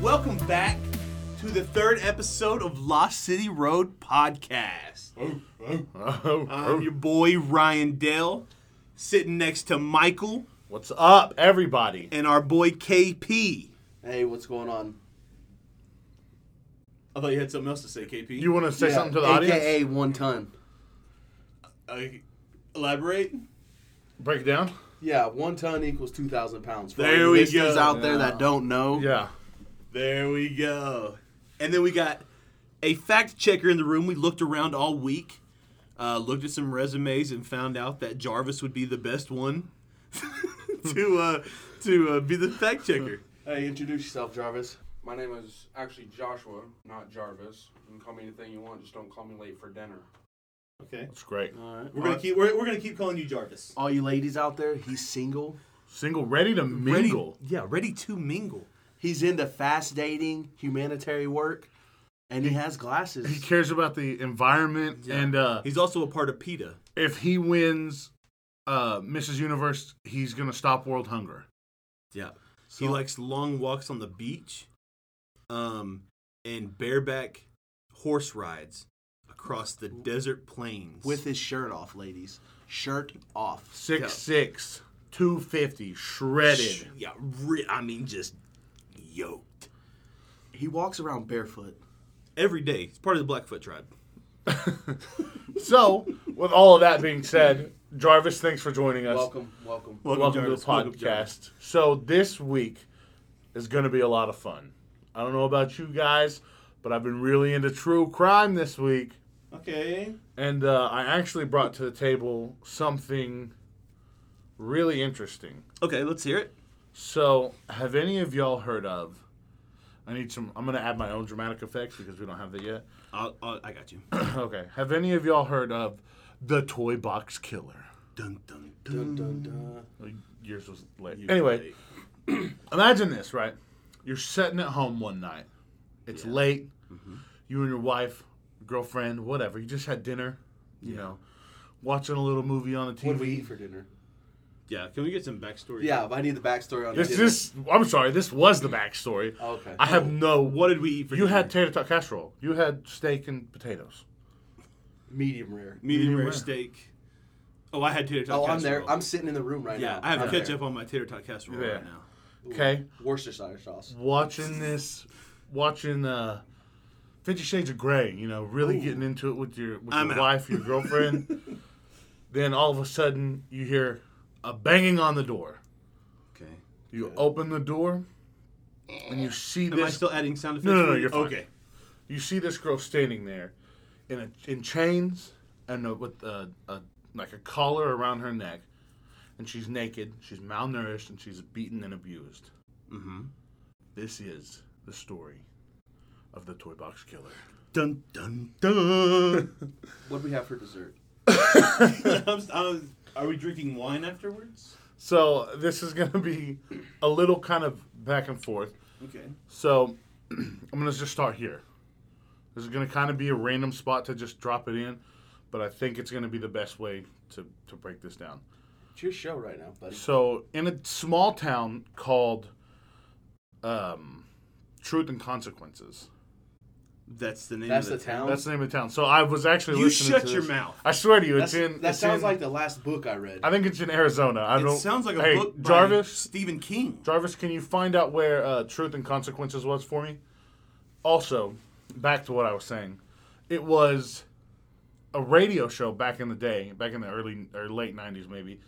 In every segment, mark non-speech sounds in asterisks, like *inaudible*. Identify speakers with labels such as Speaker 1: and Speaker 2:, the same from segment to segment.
Speaker 1: Welcome back to the third episode of Lost City Road podcast. I'm your boy Ryan Dell, sitting next to Michael
Speaker 2: *laughs* What's up, everybody?
Speaker 1: and our boy KP.
Speaker 3: Hey, what's going on?
Speaker 1: I thought you had something else to say, KP.
Speaker 2: You want to say
Speaker 3: Yeah,
Speaker 2: something to the audience?
Speaker 3: AKA one ton.
Speaker 1: uh, elaborate?
Speaker 2: Break it down?
Speaker 3: Yeah, one ton equals two thousand pounds. For all
Speaker 1: There
Speaker 3: you
Speaker 1: we
Speaker 3: listeners
Speaker 1: go.
Speaker 3: out there that don't know.
Speaker 2: Yeah.
Speaker 1: There we go. And then we got a fact checker in the room. We looked around all week, uh, looked at some resumes, and found out that Jarvis would be the best one *laughs* to uh, to uh, be the fact checker.
Speaker 3: Hey, introduce yourself, Jarvis.
Speaker 4: My name is actually Joshua, not Jarvis. You can call me anything you want, just don't call me late for dinner.
Speaker 1: Okay,
Speaker 2: That's great.
Speaker 3: All right.
Speaker 1: we're gonna keep we're, we're gonna keep calling you Jarvis.
Speaker 3: All you ladies out there, he's single.
Speaker 2: Single, ready to mingle.
Speaker 1: Ready, yeah, ready to mingle.
Speaker 3: He's into fast dating, humanitarian work, and he has
Speaker 2: He
Speaker 3: glasses.
Speaker 2: cares about the environment, and uh,
Speaker 1: He's also a part of PETA.
Speaker 2: if he wins uh, Mrs. Universe, he's gonna stop world hunger.
Speaker 1: Yeah, he likes long walks on the beach, um, and bareback horse rides across the desert plains
Speaker 3: With his shirt off, ladies. Shirt off.
Speaker 2: Six six, two fifty, shredded.
Speaker 1: Yeah, re- I mean, just yoked.
Speaker 3: He walks around barefoot.
Speaker 1: Every day. It's part of the Blackfoot tribe.
Speaker 2: So, with all of that being said, Jarvis, thanks for joining us.
Speaker 3: Welcome, welcome.
Speaker 2: Welcome,
Speaker 1: Jarvis.
Speaker 2: to
Speaker 1: Welcome,
Speaker 2: the podcast. so this week is going to be a lot of fun. I don't know about you guys, but I've been really into true crime this week,
Speaker 1: Okay.
Speaker 2: and uh, I actually brought to the table something really interesting.
Speaker 1: Okay, let's hear it.
Speaker 2: So, have any of y'all heard of? I need some. I'm going to add my own dramatic effects because we don't have that yet. *coughs*
Speaker 1: I'll, I'll, I got you.
Speaker 2: okay. Have any of y'all heard of the Toy Box Killer?
Speaker 1: dun, dun, dun.
Speaker 3: Dun, dun, dun.
Speaker 2: Like, Yours was late. anyway, *clears throat* imagine this, right? You're sitting at home one night. It's late. You and your wife, girlfriend, whatever. You just had dinner. You know, watching a little movie on the TV.
Speaker 3: What do we eat for dinner?
Speaker 1: Yeah, can we get some backstory?
Speaker 3: Yeah, but I need the backstory on
Speaker 2: this,
Speaker 3: dinner.
Speaker 2: this. I'm sorry. This was the backstory.
Speaker 3: Okay.
Speaker 2: I have no.
Speaker 1: What did we eat for
Speaker 2: you
Speaker 1: dinner?
Speaker 2: had tater tot casserole. You had steak and potatoes.
Speaker 3: medium rare.
Speaker 1: medium
Speaker 2: medium
Speaker 1: rare
Speaker 2: rare.
Speaker 1: steak. Oh, I had tater tot
Speaker 3: Oh, I'm
Speaker 1: casserole.
Speaker 3: there. I'm sitting in the room right
Speaker 1: yeah,
Speaker 3: now.
Speaker 1: I have
Speaker 3: I'm there.
Speaker 1: ketchup on my tater tot casserole
Speaker 2: Yeah.
Speaker 1: right now.
Speaker 2: Okay.
Speaker 3: Worcestershire sauce.
Speaker 2: Watching this, watching uh, Fifty Shades of Grey. You know, really getting into it with your with
Speaker 1: I'm
Speaker 2: your
Speaker 1: out.
Speaker 2: wife, your girlfriend.
Speaker 1: *laughs*
Speaker 2: then all of a sudden, you hear a banging on the door.
Speaker 1: Okay.
Speaker 2: You open the door, and you see
Speaker 1: Am I
Speaker 2: this.
Speaker 1: still adding sound effects?
Speaker 2: No, no,
Speaker 1: for
Speaker 2: no,
Speaker 1: you?
Speaker 2: you're fine.
Speaker 1: Okay.
Speaker 2: you see this girl standing there, in a, in chains and a, with a, a like a collar around her neck, and she's naked. She's malnourished and she's beaten and abused.
Speaker 1: Mhm.
Speaker 2: This is the story of the toy box killer.
Speaker 1: Dun, dun,
Speaker 2: *laughs*
Speaker 1: dun.
Speaker 3: What do we have for dessert?
Speaker 1: *laughs* I'm, s- I'm- are we drinking wine afterwards?
Speaker 2: So this is gonna be a little kind of back and forth.
Speaker 1: Okay.
Speaker 2: So *clears throat* I'm gonna just start here. This is gonna kind of be a random spot to just drop it in, but I think it's gonna be the best way to, to break this down.
Speaker 3: It's your show right now, buddy.
Speaker 2: So in a small town called um, Truth and Consequences.
Speaker 1: That's the name
Speaker 3: That's
Speaker 1: of
Speaker 3: the
Speaker 1: the
Speaker 3: town.
Speaker 2: That's the name of the town. So I was actually
Speaker 1: You
Speaker 2: listening
Speaker 1: shut
Speaker 2: to
Speaker 1: your
Speaker 2: this.
Speaker 1: mouth.
Speaker 2: I swear to you,
Speaker 3: That's-
Speaker 2: it's in.
Speaker 3: that
Speaker 2: it's
Speaker 3: sounds
Speaker 2: in-
Speaker 3: like the last book I read.
Speaker 2: I think it's in Arizona. I
Speaker 1: It
Speaker 2: don't.
Speaker 1: sounds like a
Speaker 2: hey,
Speaker 1: book by
Speaker 2: Jarvis.
Speaker 1: Stephen King.
Speaker 2: Jarvis, can you find out where uh, Truth and Consequences was for me? Also, back to what I was saying, it was a radio show back in the day, back in the early or late '90s maybe,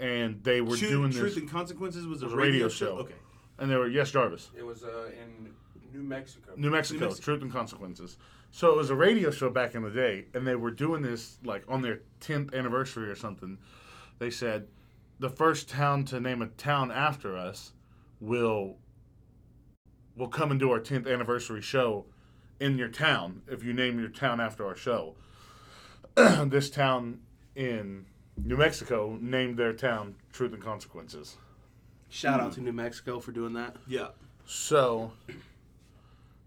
Speaker 2: and they were
Speaker 1: Truth,
Speaker 2: doing
Speaker 1: Truth
Speaker 2: this
Speaker 1: and Consequences was a
Speaker 2: radio,
Speaker 1: radio,
Speaker 2: show.
Speaker 1: Okay.
Speaker 2: and they were yes, Jarvis,
Speaker 4: It was uh, in New Mexico.
Speaker 2: New Mexico,
Speaker 1: Mexico.
Speaker 2: Truth and Consequences. So it was a radio show back in the day, and they were doing this like on their 10th anniversary or something. They said the first town to name a town after us will will come and do our 10th anniversary show in your town if you name your town after our show. *clears throat* this town in New Mexico named their town Truth and Consequences.
Speaker 3: Shout out to New Mexico for doing that.
Speaker 1: Yeah.
Speaker 2: So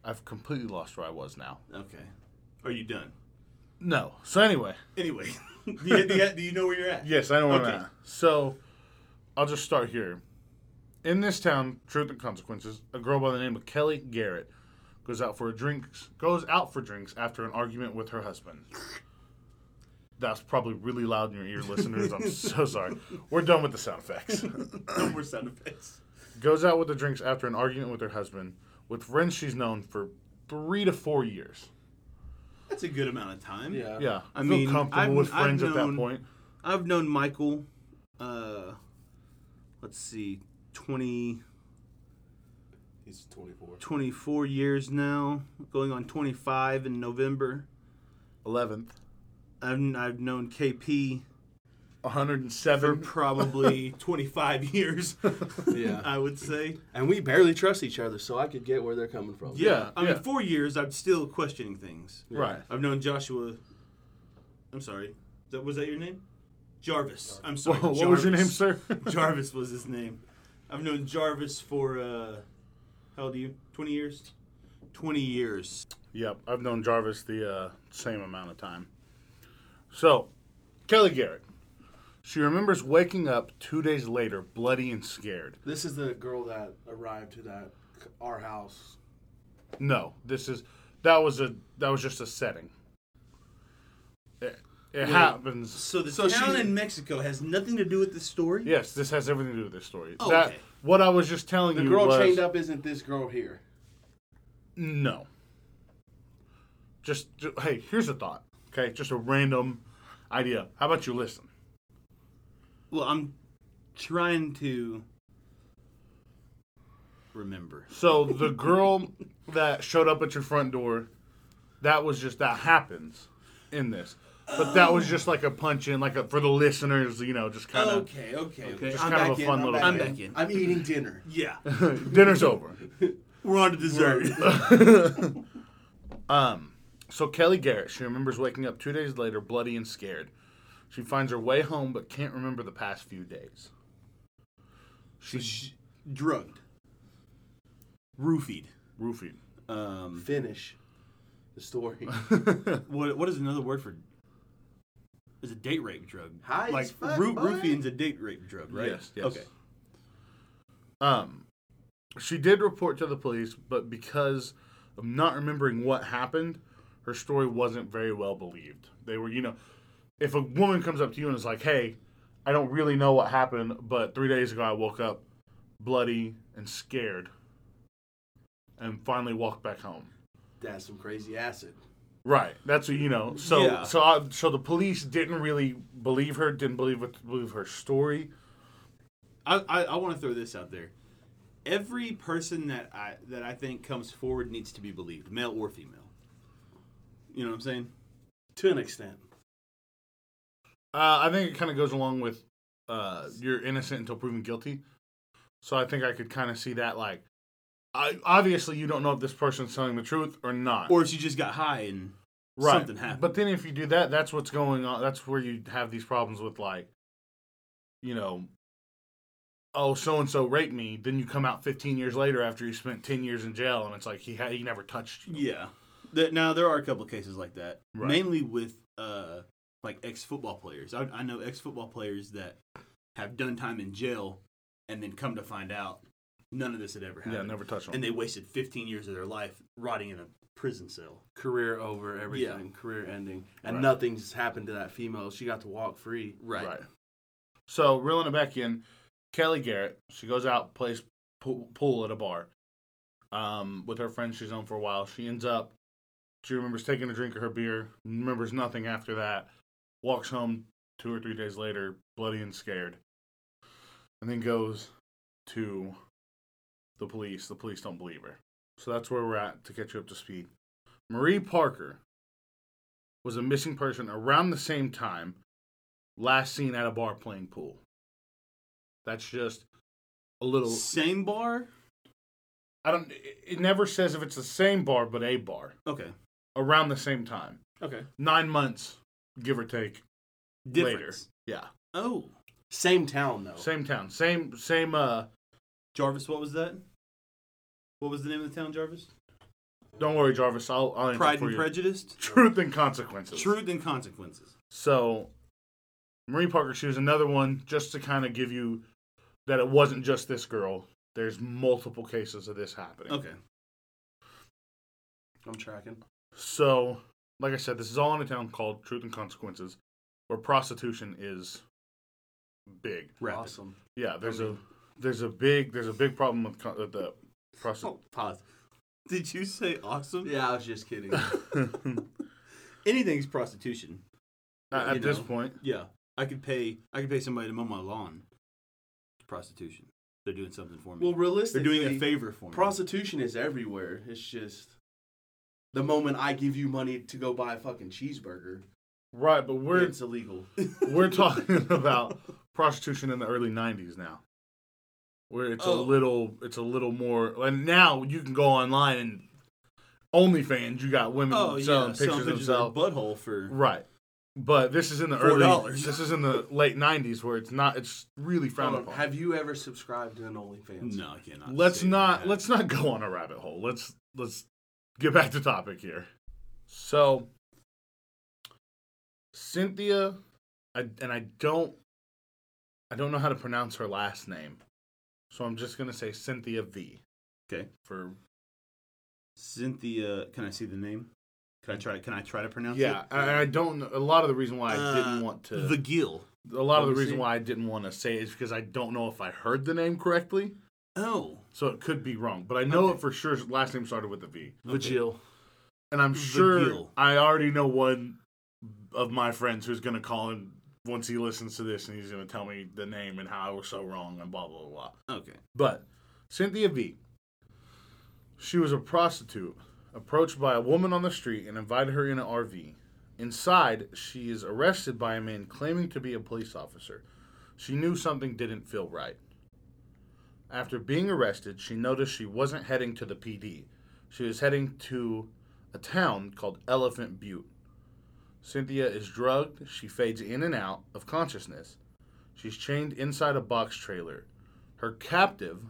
Speaker 2: I've completely lost where I was now.
Speaker 1: Okay. Are you done?
Speaker 2: No. So anyway,
Speaker 1: Anyway, *laughs* do, you, do, you, do you know where you're at?
Speaker 2: Yes, I know where I'm
Speaker 1: Okay.
Speaker 2: at. So, I'll just start here. in this town, Truth and Consequences, a girl by the name of Kelly Garrett goes out for drinks goes out for drinks after an argument with her husband. That's probably really loud in your ear,
Speaker 1: *laughs*
Speaker 2: listeners. I'm so sorry. We're done with the sound effects.
Speaker 1: no more sound effects.
Speaker 2: goes out with the drinks after an argument with her husband, with friends she's known for three to four years.
Speaker 1: That's a good amount of time.
Speaker 4: Yeah.
Speaker 2: Yeah,
Speaker 1: I
Speaker 2: feel
Speaker 1: mean,
Speaker 2: comfortable
Speaker 1: I've-
Speaker 2: with
Speaker 1: I've
Speaker 2: friends at
Speaker 1: known-
Speaker 2: that point.
Speaker 1: I've known Michael, uh, let's see, 20,
Speaker 4: He's 24.
Speaker 1: 24 years now, going on 25 in November.
Speaker 2: Eleventh,
Speaker 1: I've, I've known KP
Speaker 2: one hundred and *laughs*
Speaker 1: for
Speaker 2: seven.
Speaker 1: probably 25 years,
Speaker 3: Yeah.
Speaker 1: I would say.
Speaker 3: And we barely trust each other, so I could get where they're coming from.
Speaker 2: Yeah,
Speaker 1: I mean,
Speaker 2: yeah.
Speaker 1: four years, I'm still questioning things.
Speaker 2: Right.
Speaker 1: I've known Joshua. I'm sorry. That, was that your name? Jarvis. I'm
Speaker 2: Whoa,
Speaker 1: sorry.
Speaker 2: *laughs* what was your name,
Speaker 1: Jarvis.
Speaker 2: sir?
Speaker 1: *laughs*
Speaker 2: *laughs*
Speaker 1: Jarvis was his name. I've known Jarvis for uh, how old are you? Twenty years. Twenty years.
Speaker 2: Yep, I've known Jarvis the uh, same amount of time. So, Kelly Garrett. She remembers waking up two days later, bloody and scared.
Speaker 3: This is the girl that arrived to that our house.
Speaker 2: No, this is that was a that was just a setting. It, it happens.
Speaker 1: So the
Speaker 3: So
Speaker 1: town
Speaker 3: she-
Speaker 1: in Mexico has nothing to do with this story.
Speaker 2: Yes, this has everything to do with this story.
Speaker 1: Oh,
Speaker 2: That
Speaker 1: okay.
Speaker 2: what I was just telling
Speaker 3: The
Speaker 2: you
Speaker 3: girl
Speaker 2: was
Speaker 3: chained up isn't this girl here.
Speaker 2: no. Just, ju- hey, here's a thought. Okay, just a random idea. How about you listen?
Speaker 1: Well, I'm trying to remember.
Speaker 2: So the girl that showed up at your front door, that was just that happens in this, but that was just like a punch in, like a, for the listeners, you know, just kind of
Speaker 1: Okay. Okay.
Speaker 3: Okay,
Speaker 2: Just
Speaker 3: I'm
Speaker 2: kind of
Speaker 3: back
Speaker 2: a
Speaker 3: in.
Speaker 2: fun
Speaker 3: I'm
Speaker 2: little
Speaker 3: back,
Speaker 1: I'm
Speaker 2: thing.
Speaker 1: back in.
Speaker 3: I'm eating dinner.
Speaker 2: *laughs*
Speaker 1: Yeah.
Speaker 2: dinner's over.
Speaker 1: We're on to dessert.
Speaker 2: *laughs* Um, so Kelly Garrett, she remembers waking up two days later, bloody and scared. She finds her way home, but can't remember the past few days.
Speaker 1: Sh- drugged. Roofied.
Speaker 2: Roofied.
Speaker 1: Um,
Speaker 3: Finish the
Speaker 2: *laughs*
Speaker 3: story.
Speaker 1: what what is another word for? Is a date rape drug.
Speaker 3: High as
Speaker 1: like
Speaker 3: fuck,
Speaker 1: roo-
Speaker 3: boy.
Speaker 1: roofing's a date rape drug, right?
Speaker 2: Yes, yes.
Speaker 1: Okay.
Speaker 2: Um, she did report to the police, but because of not remembering what happened, her story wasn't very well believed. They were, you know, if a woman comes up to you and is like, "Hey, I don't really know what happened, but three days ago I woke up bloody and scared, and finally walked back home."
Speaker 3: That's some crazy acid.
Speaker 2: Right. That's what you know. So
Speaker 1: Yeah.
Speaker 2: so I, so the police didn't really believe her. Didn't believe what- believe her story.
Speaker 1: I, I, I want to throw this out there. Every person that I that I think comes forward needs to be believed, male or female. You know what I'm saying?
Speaker 3: To an extent.
Speaker 2: Uh, I think it kind of goes along with uh, you're innocent until proven guilty. So I think I could kind of see that. Like, I, obviously you don't know if this person's telling the truth or not.
Speaker 1: Or she just got high and
Speaker 2: Right.
Speaker 1: something happened.
Speaker 2: But then if you do that, that's what's going on. That's where you have these problems with like, you know, oh so and so raped me. Then you come out 15 years later after you spent 10 years in jail, and it's like he ha- he never touched you.
Speaker 1: yeah. That now there are a couple cases like that,
Speaker 2: Right.
Speaker 1: mainly with uh like ex football players. I, I know ex football players that have done time in jail and then come to find out none of this had ever happened.
Speaker 2: Yeah, never touched him.
Speaker 1: And they wasted 15 years of their life rotting in a prison cell.
Speaker 3: Career over, everything. Career ending. And
Speaker 2: Right.
Speaker 3: nothing's happened to that female. She got to walk free.
Speaker 2: Right. So reeling it back in, Kelly Garrett. She goes out plays pool, pool at a bar, um, with her friend she's known for a while. She ends up. She remembers taking a drink of her beer. Remembers nothing after that. Walks home two or three days later, bloody and scared, and then goes to the police. The police don't believe her. So that's where we're at to catch you up to speed. Marie Parker was a missing person around the same time last seen at a bar playing pool. That's just a little.
Speaker 1: Same bar?
Speaker 2: I don't. It it never says if it's the same bar, but a bar
Speaker 1: Okay.
Speaker 2: around the same time,
Speaker 1: Okay.
Speaker 2: nine months, give or take.
Speaker 1: Difference.
Speaker 2: Later,
Speaker 1: Oh.
Speaker 3: Same town though.
Speaker 2: yeah, same town, same same. Uh,
Speaker 1: Jarvis, what was that? What was the name of the town, Jarvis?
Speaker 2: don't worry, Jarvis. I'll. I'll answer
Speaker 1: Pride
Speaker 2: for
Speaker 1: and
Speaker 2: you.
Speaker 1: Prejudice?
Speaker 2: Truth and consequences.
Speaker 1: Truth and Consequences.
Speaker 2: So, Marie Parker, she was another one just to kind of give you that it wasn't just this girl. There's multiple cases of this happening.
Speaker 1: Okay.
Speaker 3: I'm tracking.
Speaker 2: So, like I said, this is all in a town called Truth and Consequences, where prostitution is big.
Speaker 1: Rapid.
Speaker 3: Awesome.
Speaker 2: Yeah, there's a there's a big there's a big problem with con- with
Speaker 1: Oh,
Speaker 2: the prostitution.
Speaker 1: Pause. Did you say awesome?
Speaker 3: Yeah, I was just
Speaker 1: *laughs*
Speaker 3: kidding.
Speaker 1: Anything's prostitution.
Speaker 2: at
Speaker 1: You
Speaker 2: this
Speaker 1: know.
Speaker 2: point,
Speaker 1: Yeah. I could pay I could pay somebody to mow my lawn. Prostitution. They're doing something for me.
Speaker 3: well,
Speaker 1: They're
Speaker 3: realistically,
Speaker 1: doing a favor for me.
Speaker 3: prostitution is everywhere. It's just the moment I give you money to go buy a fucking cheeseburger,
Speaker 2: right? But we're
Speaker 3: it's illegal.
Speaker 2: we're
Speaker 3: *laughs*
Speaker 2: talking *laughs* about prostitution in the early '90s now, where it's
Speaker 1: Oh.
Speaker 2: a little it's a little more. And now you can go online and OnlyFans, you got women
Speaker 1: oh yeah,
Speaker 2: selling pictures
Speaker 1: selling
Speaker 2: of
Speaker 1: pictures of
Speaker 2: themselves.
Speaker 1: their butthole for
Speaker 2: Right. But this is in the
Speaker 1: Four
Speaker 2: early
Speaker 1: dollars. Oh,
Speaker 2: this is in the late nineties where it's not it's really frowned
Speaker 3: Hold on,
Speaker 2: upon.
Speaker 3: Have you ever subscribed to an OnlyFans?
Speaker 1: No, I cannot.
Speaker 2: let's
Speaker 1: say that I
Speaker 2: not
Speaker 1: have.
Speaker 2: let's not go on a rabbit hole. Let's let's get back to topic here. So Cynthia I, and I don't I don't know how to pronounce her last name. So I'm just gonna say Cynthia V.
Speaker 1: Okay.
Speaker 2: For
Speaker 1: Cynthia can I see the name? Can I try can I try to pronounce
Speaker 2: yeah,
Speaker 1: it?
Speaker 2: and I don't. know- A lot of the reason why I didn't
Speaker 1: Uh,
Speaker 2: want to
Speaker 1: The Gill.
Speaker 2: a lot of the
Speaker 1: Obviously.
Speaker 2: reason why I didn't want to say it is because I don't know if I heard the name correctly,
Speaker 1: Oh.
Speaker 2: so it could be wrong. But I know
Speaker 1: Okay.
Speaker 2: it for sure. his Last name started with a V,
Speaker 3: Vajil.
Speaker 2: and I'm sure
Speaker 1: Vigil.
Speaker 2: I already know one of my friends who's gonna call him once he listens to this, and he's gonna tell me the name and how I was so wrong and blah blah blah.
Speaker 1: Okay.
Speaker 2: But Cynthia V. She was a prostitute approached by a woman on the street and invited her in an RV. Inside, she is arrested by a man claiming to be a police officer. She knew something didn't feel right. After being arrested, she noticed she wasn't heading to the PD. She was heading to a town called Elephant Butte. Cynthia is drugged. She fades in and out of consciousness. She's chained inside a box trailer. Her captive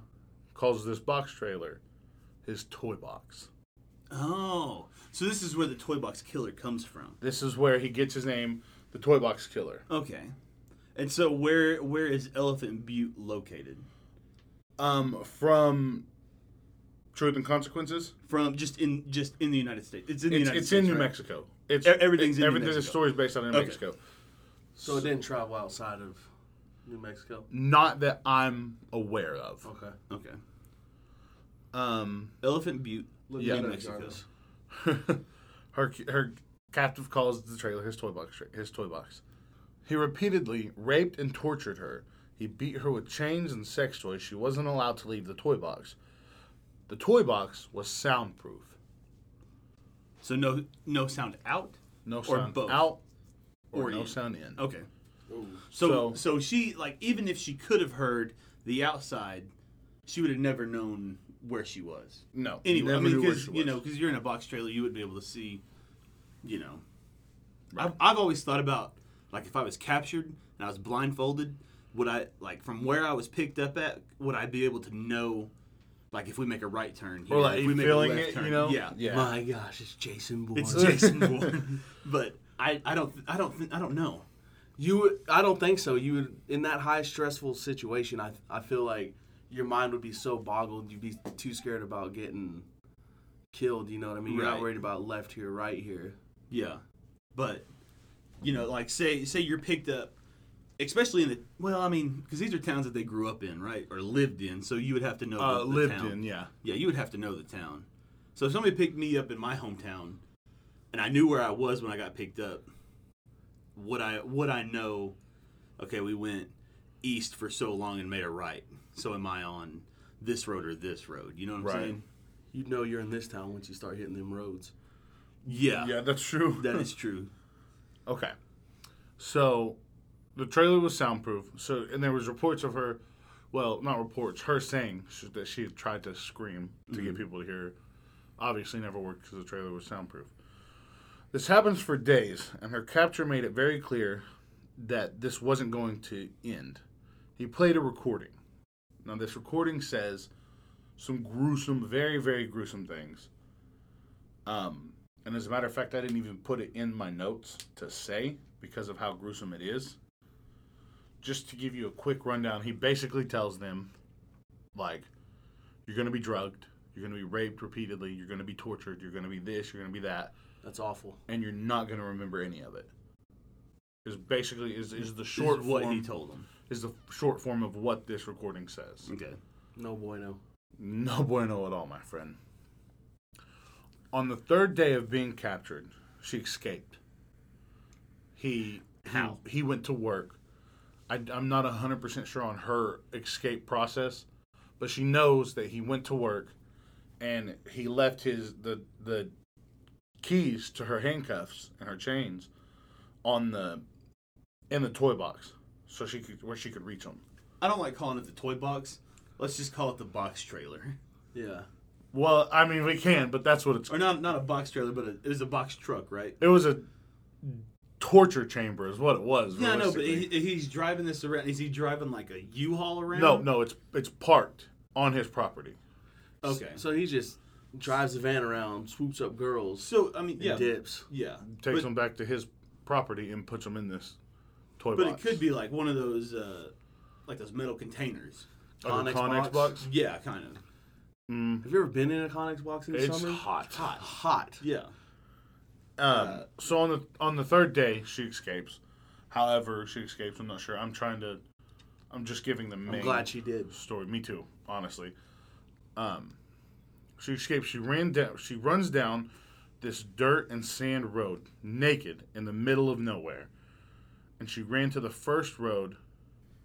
Speaker 2: calls this box trailer his toy box.
Speaker 1: Oh. So this is where the toy box killer comes from.
Speaker 2: This is where he gets his name, the toy box killer.
Speaker 1: Okay. And so where where is Elephant Butte located?
Speaker 2: Um, from Truth and Consequences.
Speaker 1: From just in just in the United States. It's in the
Speaker 2: It's,
Speaker 1: United
Speaker 2: it's
Speaker 1: States.
Speaker 2: in New
Speaker 1: right?
Speaker 2: Mexico. It's
Speaker 1: E- everything's in New
Speaker 2: everything. The
Speaker 1: Mexico.
Speaker 2: story's based on New
Speaker 1: Okay.
Speaker 2: Mexico.
Speaker 3: So it didn't travel outside of New Mexico.
Speaker 2: Not that I'm aware of.
Speaker 3: Okay.
Speaker 1: Okay.
Speaker 2: Um,
Speaker 1: Elephant Butte,
Speaker 3: Look
Speaker 2: Yeah.
Speaker 3: that
Speaker 1: New
Speaker 3: up,
Speaker 1: Mexico.
Speaker 3: Jarvis.
Speaker 2: *laughs* her her captive calls the trailer his toy box. His toy box. He repeatedly raped and tortured her. He beat her with chains and sex toys. She wasn't allowed to leave the toy box. The toy box was soundproof.
Speaker 1: So no no sound out.
Speaker 2: No
Speaker 1: Or
Speaker 2: sound
Speaker 1: both.
Speaker 2: out or,
Speaker 1: Or
Speaker 2: no
Speaker 1: in.
Speaker 2: sound in.
Speaker 1: Okay.
Speaker 4: Ooh.
Speaker 1: So, so
Speaker 2: So-
Speaker 1: she like even if she could have heard the outside, she would have never known where she was.
Speaker 2: No.
Speaker 1: Anyway,
Speaker 2: never
Speaker 1: I mean
Speaker 2: knew where
Speaker 1: because
Speaker 2: she
Speaker 1: you
Speaker 2: was.
Speaker 1: know because you're in a box trailer, you would be able to see. You know, I've, I've always thought about like if I was captured and I was blindfolded, would I like from where I was picked up at? Would I be able to know? Like if we make a right turn, here,
Speaker 2: Or, like,
Speaker 1: if
Speaker 2: you
Speaker 1: we make
Speaker 2: feeling
Speaker 1: a left
Speaker 2: it, you
Speaker 1: turn,
Speaker 2: know?
Speaker 1: yeah,
Speaker 2: *laughs* Yeah. Uh,
Speaker 3: My gosh, it's Jason Bourne.
Speaker 1: it's Jason Bourne. *laughs* But I, I don't, I don't, think- I don't know.
Speaker 3: You, would, I don't think so. You would in that high stressful situation. I, I feel like your mind would be so boggled. You'd be too scared about getting killed. You know what I mean? You're
Speaker 1: Right.
Speaker 3: not worried about left here, right here.
Speaker 1: Yeah, but you know, like say say you're picked up, especially in the well, I mean, because these are towns that they grew up in, right, or lived in. So you would have to know
Speaker 2: uh,
Speaker 1: the, the
Speaker 2: lived
Speaker 1: town.
Speaker 2: in, yeah.
Speaker 1: Yeah, you would have to know the town. So if somebody picked me up in my hometown, and I knew where I was when I got picked up, would I would I know? Okay, we went east for so long and made a right. So am I on this road or this road? You know what I'm
Speaker 2: Right.
Speaker 1: saying?
Speaker 3: You'd know you're in this town once you start hitting them roads.
Speaker 1: Yeah,
Speaker 2: Yeah, that's true.
Speaker 1: that
Speaker 2: *laughs*
Speaker 1: is true.
Speaker 2: Okay. So the trailer was soundproof. So and there was reports of her, well, not reports, her saying sh- that she had tried to scream to get people to hear. Obviously, never worked because the trailer was soundproof. This happens for days, and her capture made it very clear that this wasn't going to end. He played a recording. Now, this recording says some gruesome, very, very gruesome things. Um, and as a matter of fact, I didn't even put it in my notes to say because of how gruesome it is. Just to give you a quick rundown, he basically tells them, like, You're going to be drugged. You're going to be raped repeatedly. You're going to be tortured. You're going to be this. You're going to be that.
Speaker 3: That's awful.
Speaker 2: And you're not going to remember any of it. Is basically is, is the
Speaker 1: Short
Speaker 2: short
Speaker 1: is what
Speaker 2: form,
Speaker 1: he told him.
Speaker 2: is the short form of what this recording says.
Speaker 1: Okay.
Speaker 3: No bueno.
Speaker 2: No bueno at all, my friend. On the third day of being captured, she escaped. He
Speaker 1: How?
Speaker 2: He, he went to work. I, am not 100% sure on her escape process, but she knows that he went to work and he left his the the keys to her handcuffs and her chains on the in the toy box so she could where she could reach them.
Speaker 1: I don't like calling it the toy box. Let's just call it the box trailer.
Speaker 3: Yeah.
Speaker 2: Well, I mean we can, but that's what it's
Speaker 1: Or not not a box trailer, but a, it was a box truck, right?
Speaker 2: It was a torture chamber, is what it was.
Speaker 1: Yeah, no, but he,
Speaker 2: realistically.
Speaker 1: he's driving this around. Is he driving like a U-Haul around?
Speaker 2: no, no, it's it's parked on his property.
Speaker 1: Okay. So,
Speaker 3: So he just drives the van around, swoops up girls,
Speaker 1: I mean,
Speaker 3: and
Speaker 1: yeah,
Speaker 3: dips.
Speaker 1: yeah.
Speaker 2: Takes
Speaker 1: but,
Speaker 2: him back to his property and puts him in this toy
Speaker 1: but it
Speaker 2: box.
Speaker 1: could be like one of those, uh, like those metal containers.
Speaker 2: Like a
Speaker 3: Connex
Speaker 2: Connex box.
Speaker 3: box.
Speaker 1: Yeah, kind of. Mm-hmm.
Speaker 2: Mm,
Speaker 3: Have you ever been in a Connex box in the
Speaker 2: it's
Speaker 3: summer?
Speaker 2: hot.
Speaker 3: Hot. Hot.
Speaker 1: Yeah. Uh,
Speaker 2: Um, so on the on the third day, she escapes. However, she escapes. I'm not sure. I'm trying to. I'm just giving the main
Speaker 3: I'm glad she did.
Speaker 2: story. Me too, honestly. Um, she escapes. She ran down. She runs down this dirt and sand road, naked in the middle of nowhere, and she ran to the first road.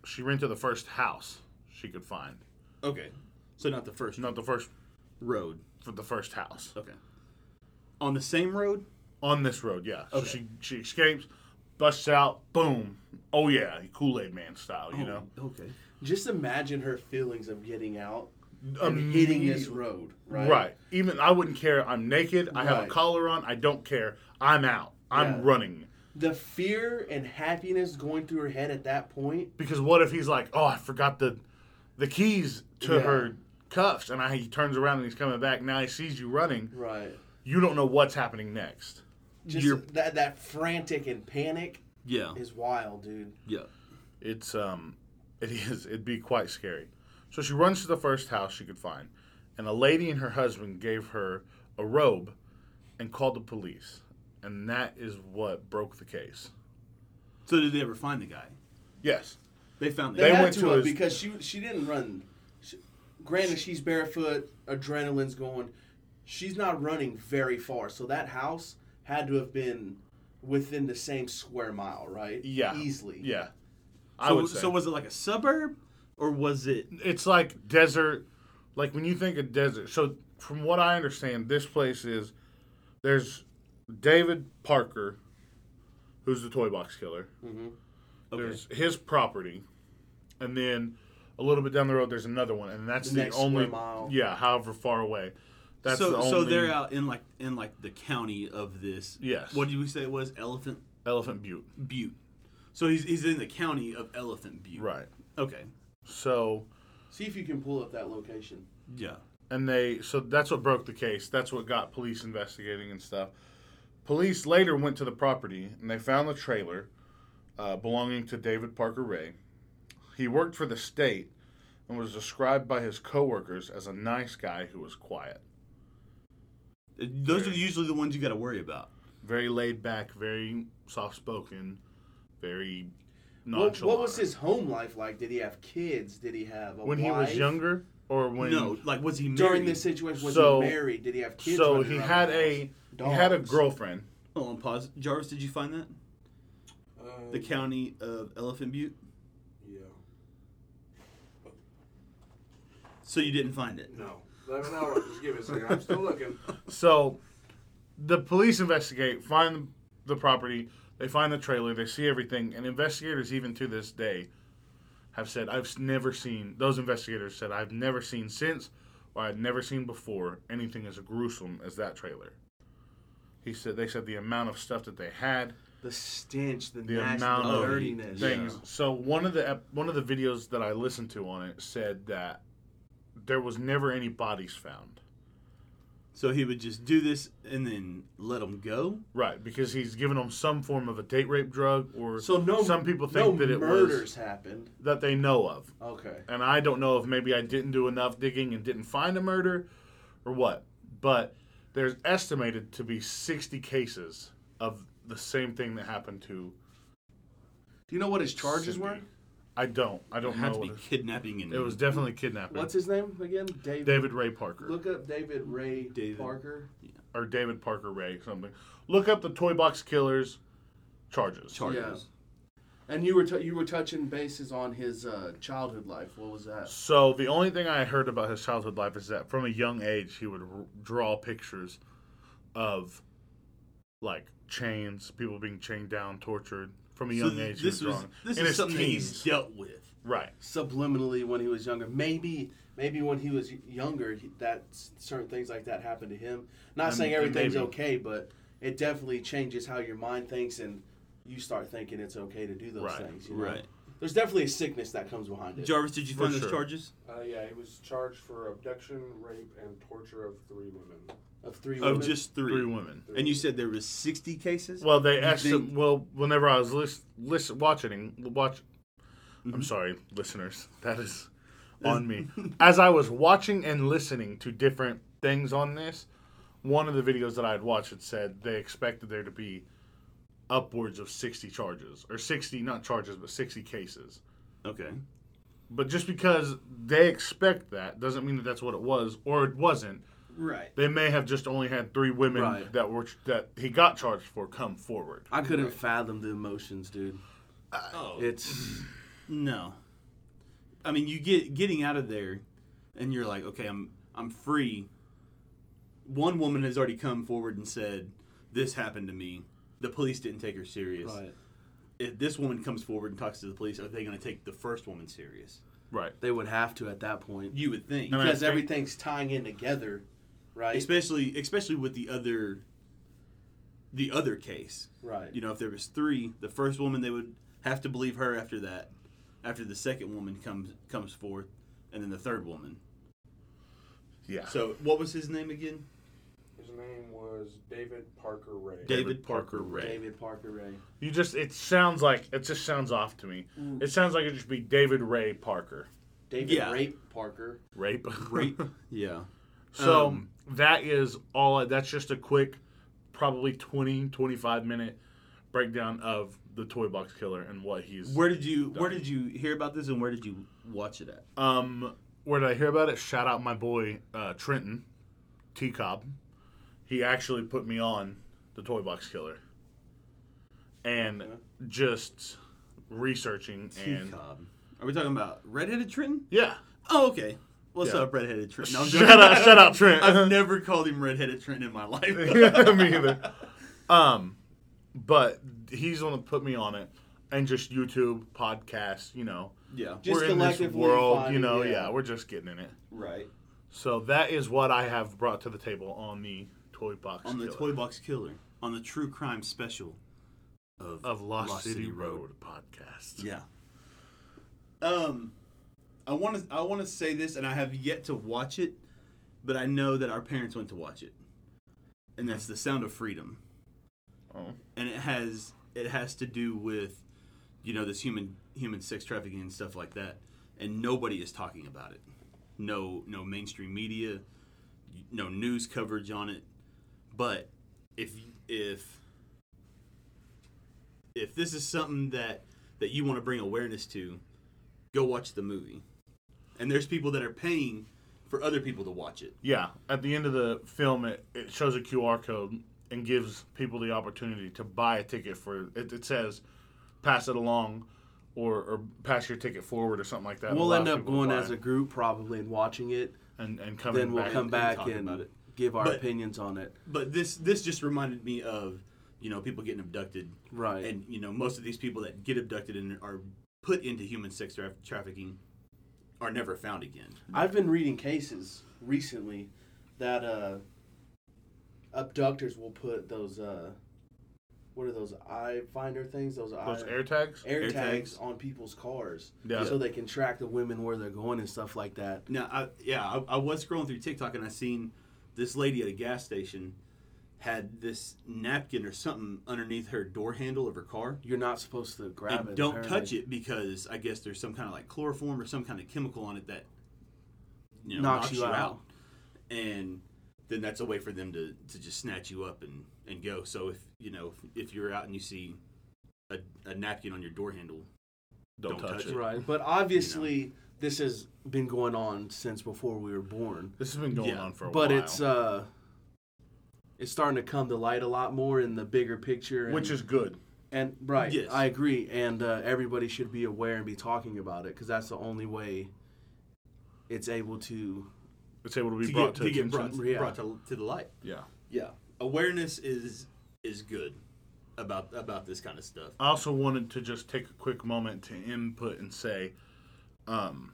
Speaker 2: She ran to the first house she could find.
Speaker 1: Okay. So not the first
Speaker 2: Not the first,
Speaker 1: road.
Speaker 2: for the first house
Speaker 1: Okay. On the same road.
Speaker 2: on this road. Yeah. So
Speaker 1: Okay.
Speaker 2: she she escapes, busts out. Boom. Oh yeah, Kool Aid Man style. You know.
Speaker 1: Oh, okay.
Speaker 3: Just imagine her feelings of getting out and hitting
Speaker 2: Immediately-
Speaker 3: this road, right?
Speaker 2: Right. Even I wouldn't care. I'm naked. I have a
Speaker 3: Right.
Speaker 2: collar on. I don't care. I'm out. I'm
Speaker 3: Yeah.
Speaker 2: running.
Speaker 3: The fear and happiness going through her head at that point.
Speaker 2: Because what if he's like, oh, I forgot the the keys to
Speaker 3: Yeah.
Speaker 2: her cuffs, and I, he turns around and he's coming back. Now he sees you running.
Speaker 3: Right.
Speaker 2: You don't know what's happening next.
Speaker 3: Just
Speaker 1: You're-
Speaker 3: that that frantic and panic
Speaker 1: Yeah.
Speaker 3: is wild, dude.
Speaker 1: Yeah.
Speaker 2: It's um, *laughs* it is. It'd be quite scary. So she runs to the first house she could find, and a lady and her husband gave her a robe, and called the police, and that is what broke the case.
Speaker 1: So did they ever find the guy?
Speaker 2: Yes.
Speaker 1: They found the
Speaker 3: They
Speaker 1: guy.
Speaker 3: had
Speaker 2: went
Speaker 3: to,
Speaker 2: to
Speaker 3: her
Speaker 2: his-
Speaker 3: because she she didn't run. She, granted, she's barefoot, adrenaline's going. She's not running very far, so that house had to have been within the same square mile, right?
Speaker 2: Yeah.
Speaker 3: easily.
Speaker 2: Yeah. I
Speaker 1: So,
Speaker 2: would say.
Speaker 1: so was it like a suburb, or was it?
Speaker 2: it's like desert like when you think of desert so from what i understand this place is there's david parker who's the toy box killer
Speaker 1: Okay.
Speaker 2: there's his property and then a little bit down the road there's another one and that's
Speaker 3: The
Speaker 2: the,
Speaker 3: next square
Speaker 2: only
Speaker 3: mile.
Speaker 2: yeah however far away that's
Speaker 1: so
Speaker 2: the only
Speaker 1: so they're uh, out in like in like the county of this.
Speaker 2: Yes.
Speaker 1: What did we say it was? Elephant
Speaker 2: elephant butte
Speaker 1: Butte. So he's he's in the county of Elephant Butte.
Speaker 2: right
Speaker 1: Okay.
Speaker 2: so
Speaker 3: See if you can pull up that location.
Speaker 1: Yeah.
Speaker 2: and they so that's what broke the case that's what got police investigating and stuff police later went to the property and they found the trailer uh, belonging to david parker ray he worked for the state and was described by his coworkers as a nice guy who was quiet
Speaker 1: Those are usually the ones you got to worry about.
Speaker 2: very laid back very soft spoken very
Speaker 3: What,
Speaker 2: nonchalant
Speaker 3: what was his home life like? Did he have kids? Did he have a
Speaker 2: when he was
Speaker 3: wife?
Speaker 2: younger or when
Speaker 1: no, like was he married?
Speaker 3: During this situation, was
Speaker 2: So-
Speaker 3: he married? Did he have kids?
Speaker 2: so
Speaker 3: running
Speaker 2: he
Speaker 3: around
Speaker 2: had
Speaker 3: the
Speaker 2: a
Speaker 3: house?
Speaker 2: he had a
Speaker 3: Dogs.
Speaker 2: girlfriend
Speaker 1: Hold on, pause. Jarvis, did you find that?
Speaker 4: Uh,
Speaker 1: The county of Elephant Butte.
Speaker 4: yeah.
Speaker 1: So you didn't find it.
Speaker 4: No. Let me know. Just give it a second. I'm still looking.
Speaker 2: So the police investigate, find the property, they find the trailer, they see everything, and investigators even to this day have said I've s- never seen those investigators said I've never seen since or I've never seen before anything as gruesome as that trailer. He said they said the amount of stuff that they had,
Speaker 3: the stench, the,
Speaker 2: the
Speaker 3: nasty,
Speaker 2: amount
Speaker 3: the
Speaker 2: of
Speaker 3: dirtiness.
Speaker 2: things. So one of the ep- one of the videos that I listened to on it said that there was never any bodies found.
Speaker 1: So he would just do this and then let them go.
Speaker 2: Right, because he's given them some form of a date rape drug, or
Speaker 3: So no.
Speaker 2: some people think
Speaker 3: no
Speaker 2: that it
Speaker 3: murders
Speaker 2: was
Speaker 3: happened.
Speaker 2: that they know of.
Speaker 3: Okay.
Speaker 2: And I don't know if maybe I didn't do enough digging and didn't find a murder, or what. But there's estimated to be 60 cases of the same thing that happened to.
Speaker 3: Do you know what his charges
Speaker 2: Cindy.
Speaker 3: were?
Speaker 2: I don't. I
Speaker 1: It
Speaker 2: don't
Speaker 1: had
Speaker 2: know.
Speaker 1: to be
Speaker 2: what it-
Speaker 1: kidnapping and
Speaker 2: It was definitely kidnapping.
Speaker 3: What's his name again? David.
Speaker 2: David Ray Parker
Speaker 3: Look up David Ray
Speaker 1: David.
Speaker 3: Parker.
Speaker 2: or David Parker Ray something. Look up the Toy Box Killers charges.
Speaker 1: charges.
Speaker 3: And you were t- you were touching bases on his uh, childhood life. What was that?
Speaker 2: So the only thing I heard about his childhood life is that from a young age he would r- draw pictures of like chains, people being chained down, tortured. From a
Speaker 1: So
Speaker 2: young
Speaker 1: th-
Speaker 2: age,
Speaker 1: this
Speaker 2: he was,
Speaker 1: was
Speaker 2: drawing.
Speaker 1: this
Speaker 2: In
Speaker 1: is
Speaker 2: his
Speaker 1: something that he's
Speaker 2: teens.
Speaker 1: dealt with.
Speaker 2: right?
Speaker 3: Subliminally, when he was younger, maybe maybe when he was younger, he, that s- certain things like that happened to him. Not
Speaker 2: And-
Speaker 3: saying
Speaker 2: and
Speaker 3: everything's
Speaker 2: maybe.
Speaker 3: okay, but it definitely changes how your mind thinks, and you start thinking it's okay to do those
Speaker 2: Right,
Speaker 3: things. You know?
Speaker 1: Right.
Speaker 3: There's definitely a sickness that comes behind it.
Speaker 1: Jarvis, did you
Speaker 2: For
Speaker 1: find those
Speaker 2: sure.
Speaker 1: charges?
Speaker 4: Uh, yeah, he was charged for abduction, rape, and torture of three women.
Speaker 3: of three
Speaker 1: Oh,
Speaker 3: women.
Speaker 1: just three.
Speaker 2: Three women.
Speaker 1: And you said there was 60 cases?
Speaker 2: Well, they asked
Speaker 1: think-
Speaker 2: him. Well, whenever I was list, list watching, watch. I'm sorry, listeners. That is on me. As I was watching and listening to different things on this, one of the videos that I had watched had said they expected there to be upwards of 60 charges or 60 not charges but 60 cases.
Speaker 1: Okay.
Speaker 2: But just because they expect that doesn't mean that that's what it was or it wasn't.
Speaker 3: right.
Speaker 2: They may have just only had three women
Speaker 3: Right.
Speaker 2: that were that he got charged for come forward.
Speaker 3: I couldn't fathom the emotions, dude.
Speaker 1: Oh.
Speaker 3: *clears throat* It's
Speaker 1: No. I mean, you get getting out of there and you're like, "Okay, I'm I'm free." One woman has already come forward and said, "This happened to me." The police didn't take her serious.
Speaker 3: right.
Speaker 1: If this woman comes forward and talks to the police, are they going to take the first woman serious?
Speaker 2: Right.
Speaker 3: They would have to at that point.
Speaker 1: You would think.
Speaker 2: No, no.
Speaker 3: because
Speaker 2: think-
Speaker 3: everything's tying in together, right?
Speaker 1: Especially especially with the other the other case.
Speaker 3: right.
Speaker 1: you know if there was three the first woman they would have to believe her after that after the second woman comes comes forth and then the third woman
Speaker 2: Yeah.
Speaker 1: so what was his name again
Speaker 4: His name was David Parker Ray.
Speaker 1: David,
Speaker 2: Parker
Speaker 1: parker ray
Speaker 3: David Parker Ray.
Speaker 2: You just it sounds like it just sounds off to me. It sounds like it should be David Ray Parker.
Speaker 3: David
Speaker 1: Yeah.
Speaker 3: Rape Parker.
Speaker 2: *laughs* Rape.
Speaker 1: Rape. yeah
Speaker 2: so
Speaker 1: Um,
Speaker 2: that is all that's just a quick probably 20 25 minute breakdown of the toy box killer and what he's
Speaker 1: where did you where did you hear about this and where did you watch it at
Speaker 2: um where did I hear about it? Shout out my boy uh, Trenton T Cobb. He actually put me on the toy box killer. And just researching and
Speaker 1: T-Cobb. Um, are we talking about redheaded trenton
Speaker 2: yeah.
Speaker 1: oh okay what's
Speaker 2: Yeah.
Speaker 1: up redheaded trenton
Speaker 2: *laughs*
Speaker 1: No, I'm
Speaker 2: Shut
Speaker 1: joking. *laughs*
Speaker 2: up, shut up, Trent.
Speaker 1: i've never called him redheaded trenton in my
Speaker 2: *laughs*
Speaker 1: life
Speaker 2: me either. Um, but he's gonna put me on it, and just YouTube podcasts. You know,
Speaker 1: yeah
Speaker 3: Just
Speaker 2: we're in this
Speaker 3: collectively
Speaker 2: world. You
Speaker 3: finding-
Speaker 2: know,
Speaker 3: yeah.
Speaker 2: yeah. we're just getting in it.
Speaker 1: right
Speaker 2: So that is what I have brought to the table on the toy box.
Speaker 1: on the
Speaker 2: Killer
Speaker 1: toy box killer on the true crime special of
Speaker 2: of Lost, City, Road, podcast.
Speaker 1: Yeah. Um, I want to I want to say this, and I have yet to watch it, but I know that our parents went to watch it, and that's the Sound of Freedom,
Speaker 2: Oh.
Speaker 1: and it has it has to do with, you know, this human human sex trafficking and stuff like that, and nobody is talking about it. No, no mainstream media, no news coverage on it. But if if if this is something that that you want to bring awareness to, go watch the movie. And there's people that are paying for other people to watch it.
Speaker 2: Yeah, at the end of the film, it, it shows a QR code and gives people the opportunity to buy a ticket for it. It says, pass it along, or, or pass your ticket forward, or something like that.
Speaker 3: We'll
Speaker 2: Allows
Speaker 3: end up
Speaker 2: people to
Speaker 3: going
Speaker 2: buy
Speaker 3: as a group probably and watching it.
Speaker 2: and and coming
Speaker 3: Then we'll
Speaker 2: back.
Speaker 3: come back
Speaker 1: talk
Speaker 3: and,
Speaker 1: about it.
Speaker 3: give our
Speaker 1: But-
Speaker 3: opinions on it.
Speaker 1: But this this just reminded me of you know people getting abducted,
Speaker 3: Right.
Speaker 1: and you know most of these people that get abducted and are put into human sex traf- trafficking are never found again.
Speaker 3: I've been reading cases recently that uh, abductors will put those uh, what are those eye finder things? Those eye
Speaker 2: Those air tags.
Speaker 3: air
Speaker 1: Air
Speaker 3: tags,
Speaker 1: tags.
Speaker 3: on people's cars,
Speaker 2: Yeah.
Speaker 3: so they can track the women where they're going and stuff like that.
Speaker 1: Now, I, yeah, I, I was scrolling through TikTok and I seen this lady at a gas station had this napkin or something underneath her door handle of her car.
Speaker 3: You're not supposed to grab
Speaker 1: And
Speaker 3: it.
Speaker 1: don't
Speaker 3: apparently.
Speaker 1: touch it because I guess there's some kind of like chloroform or some kind of chemical on it that you know, knocks, you out. And then that's a way for them to, to just snatch you up and, and go. So if you know if, if you're out and you see a, a napkin on your door handle,
Speaker 2: Don't, touch, it.
Speaker 3: Right. But obviously, this has been going on since before we were born.
Speaker 2: This has been going
Speaker 1: Yeah,
Speaker 2: on for a
Speaker 3: But
Speaker 2: while.
Speaker 3: it's uh, it's starting to come to light a lot more in the bigger picture. And,
Speaker 2: which is good.
Speaker 3: and right.
Speaker 1: Yes.
Speaker 3: I agree, and uh, everybody should be aware and be talking about it because that's the only way it's able to.
Speaker 2: It's able to be
Speaker 1: to get,
Speaker 2: brought to
Speaker 1: to
Speaker 2: attention.
Speaker 1: get brought,
Speaker 3: Yeah.
Speaker 1: brought to, to the light.
Speaker 2: Yeah.
Speaker 1: Yeah, awareness is is good about about this kind of stuff.
Speaker 2: I also wanted to just take a quick moment to input and say, um,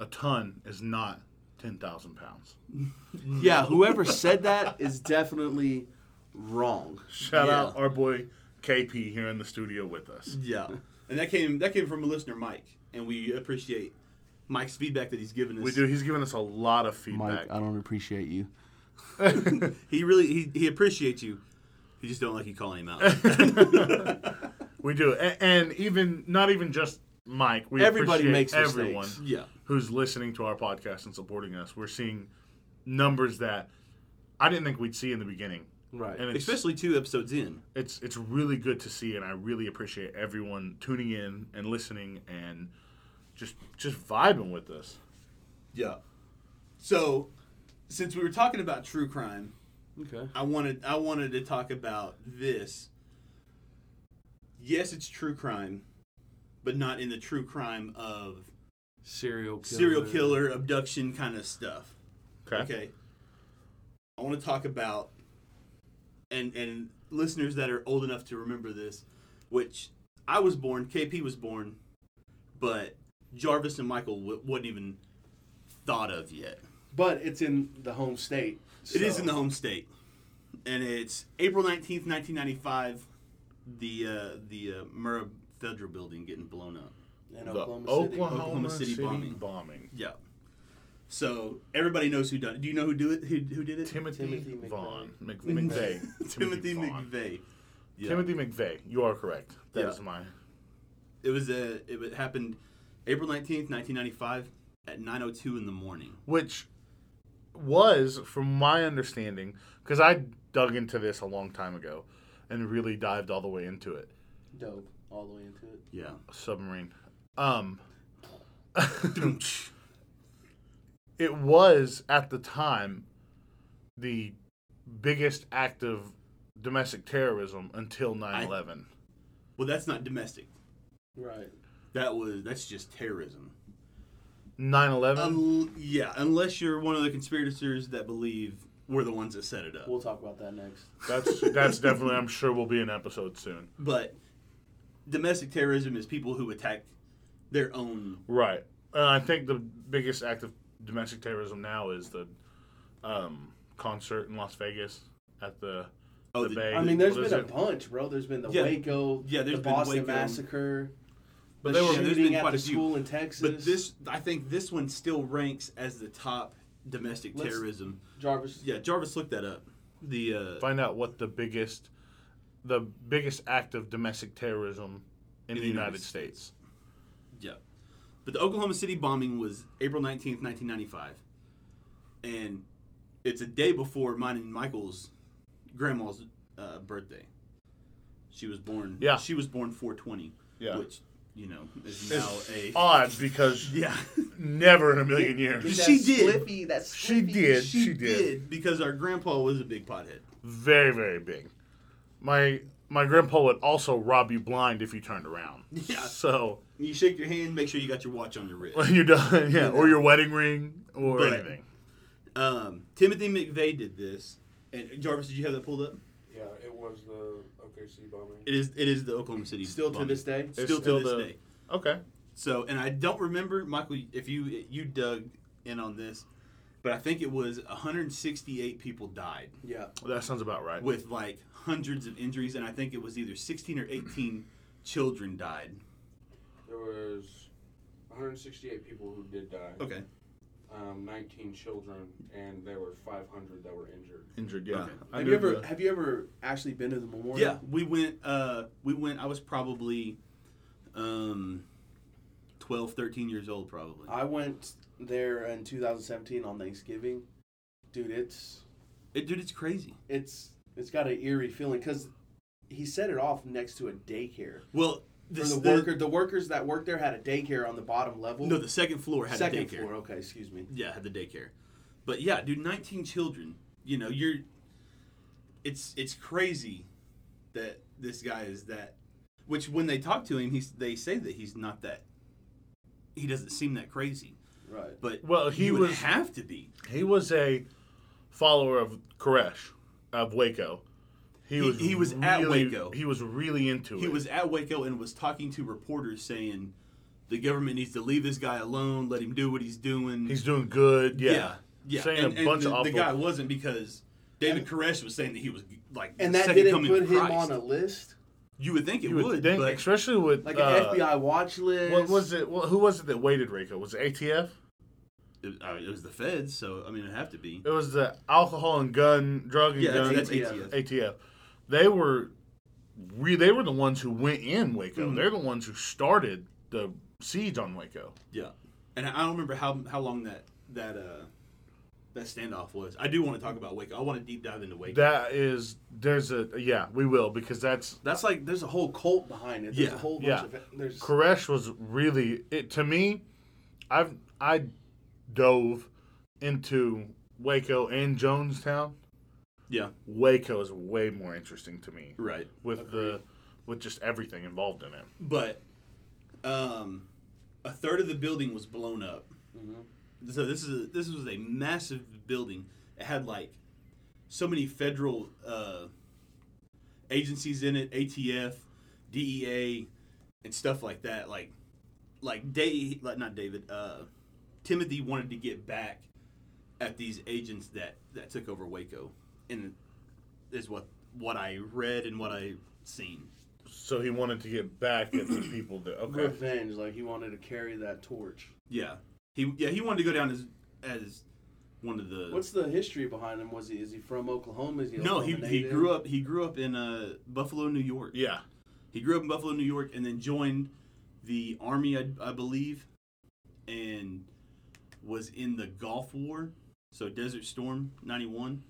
Speaker 2: a ton is not ten thousand pounds.
Speaker 3: Yeah, whoever said that is definitely wrong.
Speaker 2: Shout
Speaker 1: Yeah.
Speaker 2: out our boy KP here in the studio with us.
Speaker 1: Yeah, and that came that came from a listener, Mike, and we appreciate Mike's feedback that he's given us.
Speaker 2: We do. He's given us a lot of feedback.
Speaker 3: don't appreciate you.
Speaker 1: *laughs* He really he, he appreciates you. He just don't like you calling him out. *laughs*
Speaker 2: we do, A- and even not even just Mike. We
Speaker 3: Everybody
Speaker 2: appreciate
Speaker 3: makes mistakes.
Speaker 2: everyone
Speaker 1: yeah,
Speaker 2: who's listening to our podcast and supporting us. We're seeing numbers that I didn't think we'd see in the beginning,
Speaker 3: Right.
Speaker 2: and it's,
Speaker 1: especially two episodes in.
Speaker 2: it's it's really good to see, and I really appreciate everyone tuning in and listening and just just vibing with us.
Speaker 1: Yeah. So, since we were talking about true crime,
Speaker 3: okay.
Speaker 1: I wanted I wanted to talk about this. Yes, it's true crime, but not in the true crime of
Speaker 3: Serial killer.
Speaker 1: serial killer abduction kind of stuff.
Speaker 2: Okay.
Speaker 1: Okay. I want to talk about and and listeners that are old enough to remember this, which I was born, KP was born, but Jarvis and Michael w- wasn't even thought of yet.
Speaker 3: But it's in the home state.
Speaker 1: It is in the home state, and it's April nineteenth, nineteen ninety five. The uh, the uh, Murrah Federal Building getting blown up.
Speaker 3: in
Speaker 2: The
Speaker 3: Oklahoma, City.
Speaker 1: Oklahoma City bombing.
Speaker 2: bombing.
Speaker 1: Yeah. So everybody knows who done it. Do you know who do it? Who, who did it?
Speaker 2: Timothy,
Speaker 3: Timothy
Speaker 1: *laughs*
Speaker 2: Vaughn. Mc-
Speaker 1: McVeigh. *laughs*
Speaker 2: McVeigh.
Speaker 1: Timothy
Speaker 2: Vaughn.
Speaker 1: McVeigh. Yeah.
Speaker 2: Timothy McVeigh. You are correct. That is
Speaker 1: Yeah.
Speaker 2: my.
Speaker 1: It was a. It wa- happened April nineteenth, nineteen ninety five, at nine o two in the morning.
Speaker 2: Which was, from my understanding, because I dug into this a long time ago and really dived all the way into it.
Speaker 3: Dope. All the way into
Speaker 1: *clears throat*
Speaker 3: it.
Speaker 1: Yeah.
Speaker 2: Submarine. Um. *laughs* it was at the time the biggest act of domestic terrorism until 9-11
Speaker 1: Well, that's not domestic.
Speaker 3: Right.
Speaker 1: That was. That's just terrorism. *laughs*
Speaker 2: 9-11
Speaker 1: Un- yeah, unless you're one of the conspirators that believe we're the ones that set it up.
Speaker 3: We'll talk about that next.
Speaker 2: That's that's definitely. I'm sure will be an episode soon.
Speaker 1: But domestic terrorism is people who attack their own.
Speaker 2: Right. Uh, I think the biggest act of domestic terrorism now is the um, concert in Las Vegas at the
Speaker 1: Oh,
Speaker 2: the,
Speaker 1: the-
Speaker 2: Bay.
Speaker 1: I
Speaker 3: I mean, there's
Speaker 2: What is
Speaker 3: been a
Speaker 2: it?
Speaker 3: bunch, bro. There's been the
Speaker 1: Yeah.
Speaker 3: Waco,
Speaker 1: Yeah, there's
Speaker 3: the
Speaker 1: been
Speaker 3: Boston
Speaker 1: Waco.
Speaker 3: massacre,
Speaker 2: But
Speaker 3: the
Speaker 2: they were-
Speaker 1: there's
Speaker 3: shooting
Speaker 1: been
Speaker 3: at
Speaker 1: quite
Speaker 3: the
Speaker 1: a few.
Speaker 3: school in Texas.
Speaker 1: But this, I think, this one still ranks as the top domestic
Speaker 3: Let's-
Speaker 1: terrorism.
Speaker 3: Jarvis.
Speaker 1: Yeah, Jarvis looked that up. The uh,
Speaker 2: Find out what the biggest the biggest act of domestic terrorism in, the United, States.
Speaker 1: Yeah. But the Oklahoma City bombing was April 19th, 1995. And it's a day before mine and Michael's grandma's uh, birthday. She was born.
Speaker 2: Yeah.
Speaker 1: She was born 420.
Speaker 2: Yeah.
Speaker 1: Which, you know, is now a.
Speaker 2: Odd because *laughs*
Speaker 1: yeah.
Speaker 2: never in a million years.
Speaker 3: Get that
Speaker 1: She did.
Speaker 3: Slippy, that
Speaker 2: She
Speaker 3: Slippy.
Speaker 2: did. She, did.
Speaker 1: because our grandpa was a big pothead.
Speaker 2: Very very big. My my grandpa would also rob you blind if you turned around.
Speaker 1: Yeah.
Speaker 2: So.
Speaker 1: You shake your hand, make sure you got your watch on your wrist.
Speaker 2: *laughs* Well, you're done, yeah, or your wedding ring, or
Speaker 1: But-
Speaker 2: anything.
Speaker 1: Um, Timothy McVeigh did this. And Jarvis, did you have that pulled up?
Speaker 4: Yeah, it was the OKC bombing.
Speaker 1: It is. It is the Oklahoma City.
Speaker 3: Still to
Speaker 1: bombing.
Speaker 3: this day.
Speaker 1: Still,
Speaker 2: still
Speaker 1: to this
Speaker 2: the-
Speaker 1: day.
Speaker 2: Okay.
Speaker 1: So, and I don't remember, Michael, if you you dug in on this, but I think it was 168 people died
Speaker 3: Yeah.
Speaker 2: that sounds about right.
Speaker 1: with like hundreds of injuries, and I think it was either 16 or 18 children died.
Speaker 4: There was 168 people who did die.
Speaker 1: Okay.
Speaker 4: um, 19 children, and there were 500 that were injured.
Speaker 2: Injured, yeah.
Speaker 1: Okay.
Speaker 2: I
Speaker 3: Have
Speaker 2: knew
Speaker 3: you ever
Speaker 2: the-
Speaker 3: have you ever actually been to the memorial?
Speaker 1: Yeah, we went. Uh, we went. I was probably um, 12, 13 years old, probably.
Speaker 3: I went there in 2017 on Thanksgiving. Dude, it's
Speaker 1: It, dude, it's crazy.
Speaker 3: it's it's got an eerie feeling because he set it off next to a daycare.
Speaker 1: Well,
Speaker 3: For
Speaker 1: this,
Speaker 3: the,
Speaker 1: the-
Speaker 3: worker, the workers that worked there had a daycare on the bottom level.
Speaker 1: No, the second floor had
Speaker 3: second
Speaker 1: a daycare.
Speaker 3: floor. Okay, excuse me.
Speaker 1: Yeah, had the daycare. But yeah, dude, 19 children. You know, you're. It's it's crazy that this guy is that. Which when they talk to him, he's they say that he's not that. He doesn't seem that crazy,
Speaker 3: Right.
Speaker 1: but
Speaker 2: Well, he
Speaker 1: you would
Speaker 2: was-
Speaker 1: have to be.
Speaker 2: He was a follower of Koresh of Waco.
Speaker 1: He- he was at
Speaker 2: really-
Speaker 1: Waco.
Speaker 2: He was really into it.
Speaker 1: He was at Waco and was talking to reporters saying, "The government needs to leave this guy alone. Let him do what he's doing."
Speaker 2: He's doing good. Yeah.
Speaker 1: yeah, yeah.
Speaker 2: Saying
Speaker 1: and,
Speaker 2: a
Speaker 1: and
Speaker 2: bunch
Speaker 1: the,
Speaker 2: of
Speaker 1: the
Speaker 2: awful.
Speaker 1: guy wasn't because David Koresh was saying that he was like
Speaker 3: and
Speaker 1: the
Speaker 3: that
Speaker 1: second
Speaker 3: didn't
Speaker 1: coming
Speaker 3: put
Speaker 1: of
Speaker 3: him
Speaker 1: Christ.
Speaker 3: on a list,
Speaker 1: You would think it
Speaker 2: you
Speaker 1: would,
Speaker 2: would think,
Speaker 1: but
Speaker 2: especially with
Speaker 3: like
Speaker 2: uh,
Speaker 3: an FBI watch list.
Speaker 2: What was it? Well, who was it that waited Waco? Was it ATF?
Speaker 1: it, I mean, it was the feds, so I mean, it'd have to be.
Speaker 2: It was the alcohol and gun, drug and
Speaker 1: Yeah,
Speaker 2: gun.
Speaker 1: that's ATF.
Speaker 3: ATF.
Speaker 2: ATF. They were, re- they were the ones who went in Waco.
Speaker 1: Mhm.
Speaker 2: They're the ones who started the siege on Waco.
Speaker 1: Yeah, and I I don't remember how how long that that uh that standoff was. I do want to talk about Waco. I want to deep dive into Waco.
Speaker 2: That is, there's a yeah, we will because that's
Speaker 3: That's like there's a whole cult behind it. There's
Speaker 1: Yeah.
Speaker 3: a whole bunch
Speaker 2: Yeah.
Speaker 3: of there's
Speaker 2: Koresh was really it to me. I've I dove into Waco and Jonestown.
Speaker 1: yeah,
Speaker 2: Waco is way more interesting to me
Speaker 1: right.
Speaker 2: with the with just everything involved in it.
Speaker 1: But um, a third of the building was blown up. So this is a, this was a massive building. It had like so many federal uh, agencies in it, ATF, DEA, E and stuff like that. Like like Dave, like not David. Uh, Timothy wanted to get back at these agents that that took over Waco, and is what what I read and what I seen.
Speaker 2: So he wanted to get back at the people that okay.
Speaker 3: revenge. Like he wanted to carry that torch.
Speaker 1: Yeah, he yeah he wanted to go down as as one of the.
Speaker 3: What's the history behind him? Was he is he from Oklahoma? Is he
Speaker 1: no, he, he grew up he grew up in uh, Buffalo, New York.
Speaker 2: Yeah,
Speaker 1: He grew up in Buffalo, New York, and then joined the army, I, I believe, and was in the Gulf War, so Desert Storm '91.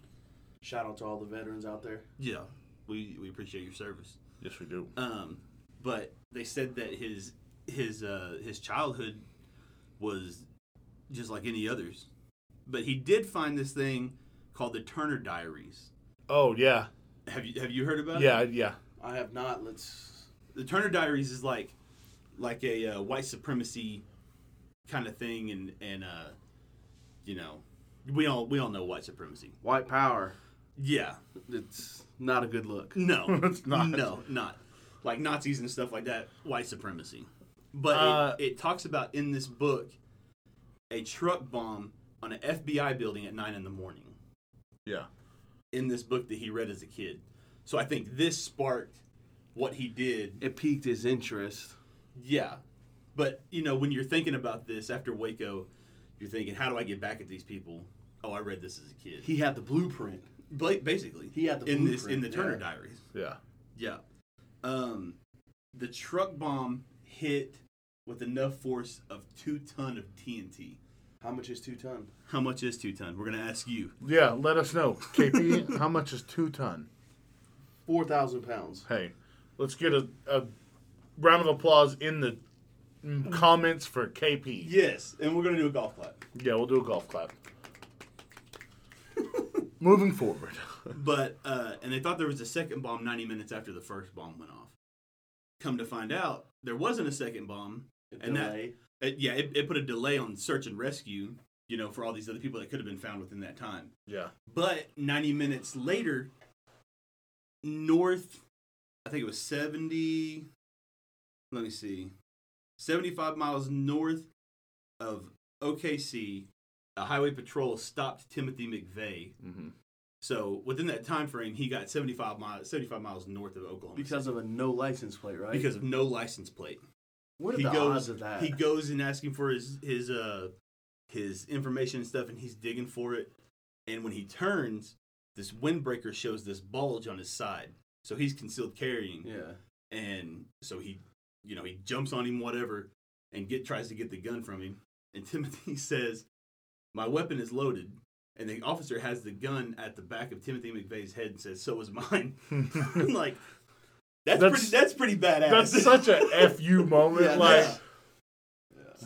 Speaker 3: Shout out to all the veterans out there.
Speaker 1: Yeah, we we appreciate your service.
Speaker 2: yes we do.
Speaker 1: Um, but they said that his his uh, his childhood was just like any others. But he did find this thing called the Turner Diaries.
Speaker 2: Oh yeah,
Speaker 1: Have you have you heard about it?
Speaker 2: yeah, yeah.
Speaker 3: I have not. Let's.
Speaker 1: The Turner Diaries is like like a uh, white supremacy kind of thing, and and uh, you know we all we all know white supremacy.
Speaker 3: White power.
Speaker 1: Yeah,
Speaker 3: It's not a good look.
Speaker 1: no,
Speaker 3: *laughs*
Speaker 2: It's not.
Speaker 1: No, not like Nazis and stuff like that. White supremacy. But
Speaker 2: Uh,
Speaker 1: it, it talks about in this book a truck bomb on an FBI building at nine in the morning.
Speaker 2: Yeah.
Speaker 1: In this book that he read as a kid, so I think this sparked what he did.
Speaker 3: It piqued his interest.
Speaker 1: Yeah, but you know when you're thinking about this after Waco, you're thinking, how do I get back at these people? Oh, I read this as a kid.
Speaker 3: He had the blueprint.
Speaker 1: Ba- basically,
Speaker 3: He had the
Speaker 1: in this in
Speaker 3: blueprint,
Speaker 1: the Turner
Speaker 3: yeah.
Speaker 1: Diaries.
Speaker 2: Yeah.
Speaker 1: Yeah. Um, the truck bomb hit with enough force of two ton of TNT.
Speaker 3: How much is two ton?
Speaker 1: How much is two ton? We're gonna ask you.
Speaker 2: Yeah, let us know. KP, how much is two ton?
Speaker 3: Four thousand pounds.
Speaker 2: Hey, let's get a, a round of applause in the mm, comments for KP.
Speaker 1: Yes, and we're gonna do a golf clap.
Speaker 2: Yeah, we'll do a golf clap. Moving forward.
Speaker 1: But uh, and they thought there was a second bomb 90 minutes after the first bomb went off. Come to find out, there wasn't a second bomb. And that-
Speaker 3: Delay.
Speaker 1: It, yeah, it, it put a delay on search and rescue. You know, for all these other people that could have been found within that time.
Speaker 2: Yeah.
Speaker 1: But 90 minutes later, north, I think it was 70, let me see, 75 miles north of OKC, a highway patrol stopped Timothy McVeigh.
Speaker 2: Mm-hmm.
Speaker 1: So within that time frame, he got 75 miles, 75 miles north of Oklahoma City
Speaker 3: because of a no license plate, right?
Speaker 1: because of no license plate.
Speaker 3: what are
Speaker 1: he
Speaker 3: the
Speaker 1: goes-
Speaker 3: odds of that?
Speaker 1: He goes and asking for his his uh, his information and stuff, and he's digging for it. And when he turns, this windbreaker shows this bulge on his side. So he's concealed carrying,
Speaker 3: Yeah.
Speaker 1: and so he, you know, he jumps on him, whatever, and get tries to get the gun from him. And *laughs* Timothy says, "My weapon is loaded." And the officer has the gun at the back of Timothy McVeigh's head and says, "So is mine." *laughs* I'm like, that's,
Speaker 2: That's-
Speaker 1: pretty. That's pretty badass.
Speaker 2: *laughs* That's such a fu moment.
Speaker 3: Yeah,
Speaker 2: like
Speaker 3: that's-
Speaker 1: *laughs*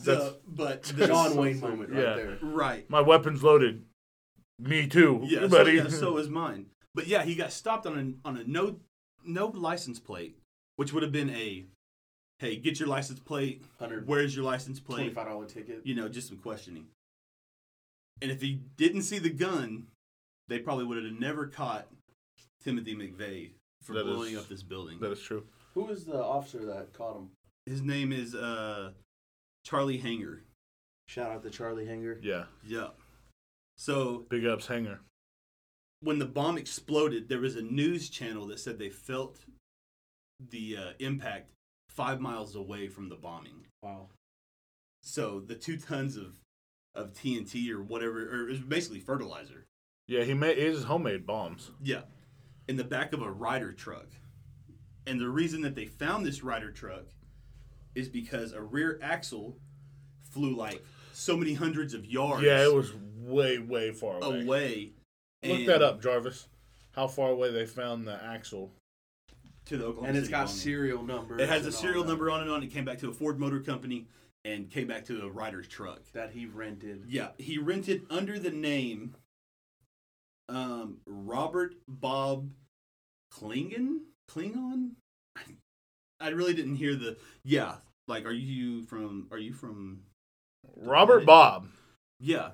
Speaker 1: So, but
Speaker 3: The
Speaker 1: the-
Speaker 3: John Wayne moment right
Speaker 2: Yeah.
Speaker 3: there.
Speaker 1: right.
Speaker 2: my weapons loaded. Me too,
Speaker 1: Yeah, so,
Speaker 2: buddy.
Speaker 1: yeah,
Speaker 2: *laughs*
Speaker 1: so is mine. But yeah, he got stopped on a on a no no license plate, which would have been a hey, get your license plate.
Speaker 3: Hundred
Speaker 1: Where's your license plate?
Speaker 3: twenty-five dollar ticket.
Speaker 1: You know, just some questioning. And if he didn't see the gun, they probably would have never caught Timothy McVeigh for
Speaker 2: That
Speaker 1: blowing
Speaker 2: is-
Speaker 1: up this building.
Speaker 2: that is true.
Speaker 3: Who was the officer that caught him?
Speaker 1: His name is uh, Charlie Hanger.
Speaker 3: Shout out to Charlie Hanger.
Speaker 2: Yeah,
Speaker 1: Yeah. So
Speaker 2: big ups, hanger.
Speaker 1: when the bomb exploded, there was a news channel that said they felt the uh, impact five miles away from the bombing.
Speaker 3: Wow.
Speaker 1: So the two tons of of TNT or whatever, or it was basically fertilizer.
Speaker 2: Yeah, he made his homemade bombs.
Speaker 1: Yeah, in the back of a rider truck. And the reason that they found this rider truck is because a rear axle flew like so many hundreds of yards
Speaker 2: Yeah, it was way, way far away.
Speaker 1: away.
Speaker 2: Look
Speaker 1: and-
Speaker 2: that up, Jarvis. How far away they found the axle?
Speaker 1: to the Oklahoma
Speaker 3: And it's
Speaker 1: City
Speaker 3: got
Speaker 1: bombing.
Speaker 3: serial number.
Speaker 1: It has a serial number on and on. It came back to a Ford Motor Company and came back to a Ryder's truck.
Speaker 3: that he rented.
Speaker 1: Yeah, he rented under the name um, Robert Bob Klingon. Klingon. I really didn't hear the yeah. Like, are you from? Are you from?
Speaker 2: Robert Bob.
Speaker 1: Yeah,
Speaker 2: I'm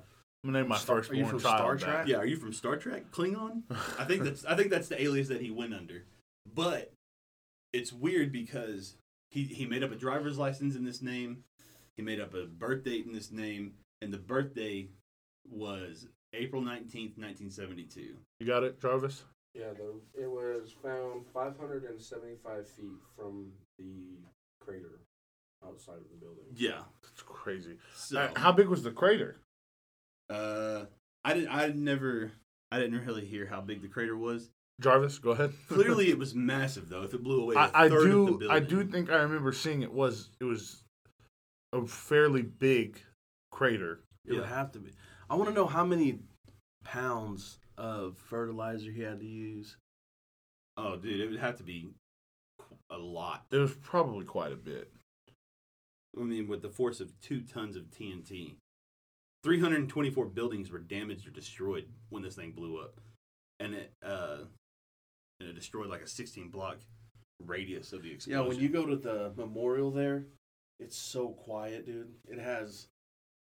Speaker 2: gonna name my
Speaker 3: Star-
Speaker 2: first
Speaker 3: are you
Speaker 2: born
Speaker 3: from
Speaker 2: child
Speaker 3: Star
Speaker 2: that.
Speaker 3: Trek?
Speaker 1: yeah. Are you from Star Trek? Klingon. I think that's I think that's the alias that he went under. But it's weird because he he made up a driver's license in this name. He made up a birth date in this name, and the birthday was April nineteenth, nineteen seventy two.
Speaker 2: You got it, Jarvis.
Speaker 4: Yeah, the, it was found 575 feet from the crater outside of the building.
Speaker 1: Yeah.
Speaker 2: That's crazy.
Speaker 1: So
Speaker 2: Uh, how big was the crater?
Speaker 1: uh, I didn't I never I didn't really hear how big the crater was.
Speaker 2: Jarvis, go ahead. *laughs*
Speaker 1: Clearly, it was massive though. If it blew away, a
Speaker 2: I, I
Speaker 1: third of the
Speaker 2: do.
Speaker 1: building.
Speaker 2: I do think I remember seeing it was it was a fairly big crater.
Speaker 3: It would
Speaker 1: Yeah.
Speaker 3: have to be. I want to know how many pounds of fertilizer he had to use.
Speaker 1: Oh, dude, it would have to be a lot.
Speaker 2: It was probably quite a bit.
Speaker 1: I mean, with the force of two tons of TNT, 324 buildings were damaged or destroyed when this thing blew up, and it uh, and it destroyed like a 16 block radius of the
Speaker 3: Yeah,
Speaker 1: explosion.
Speaker 3: when you go to the memorial there, it's so quiet, dude. It has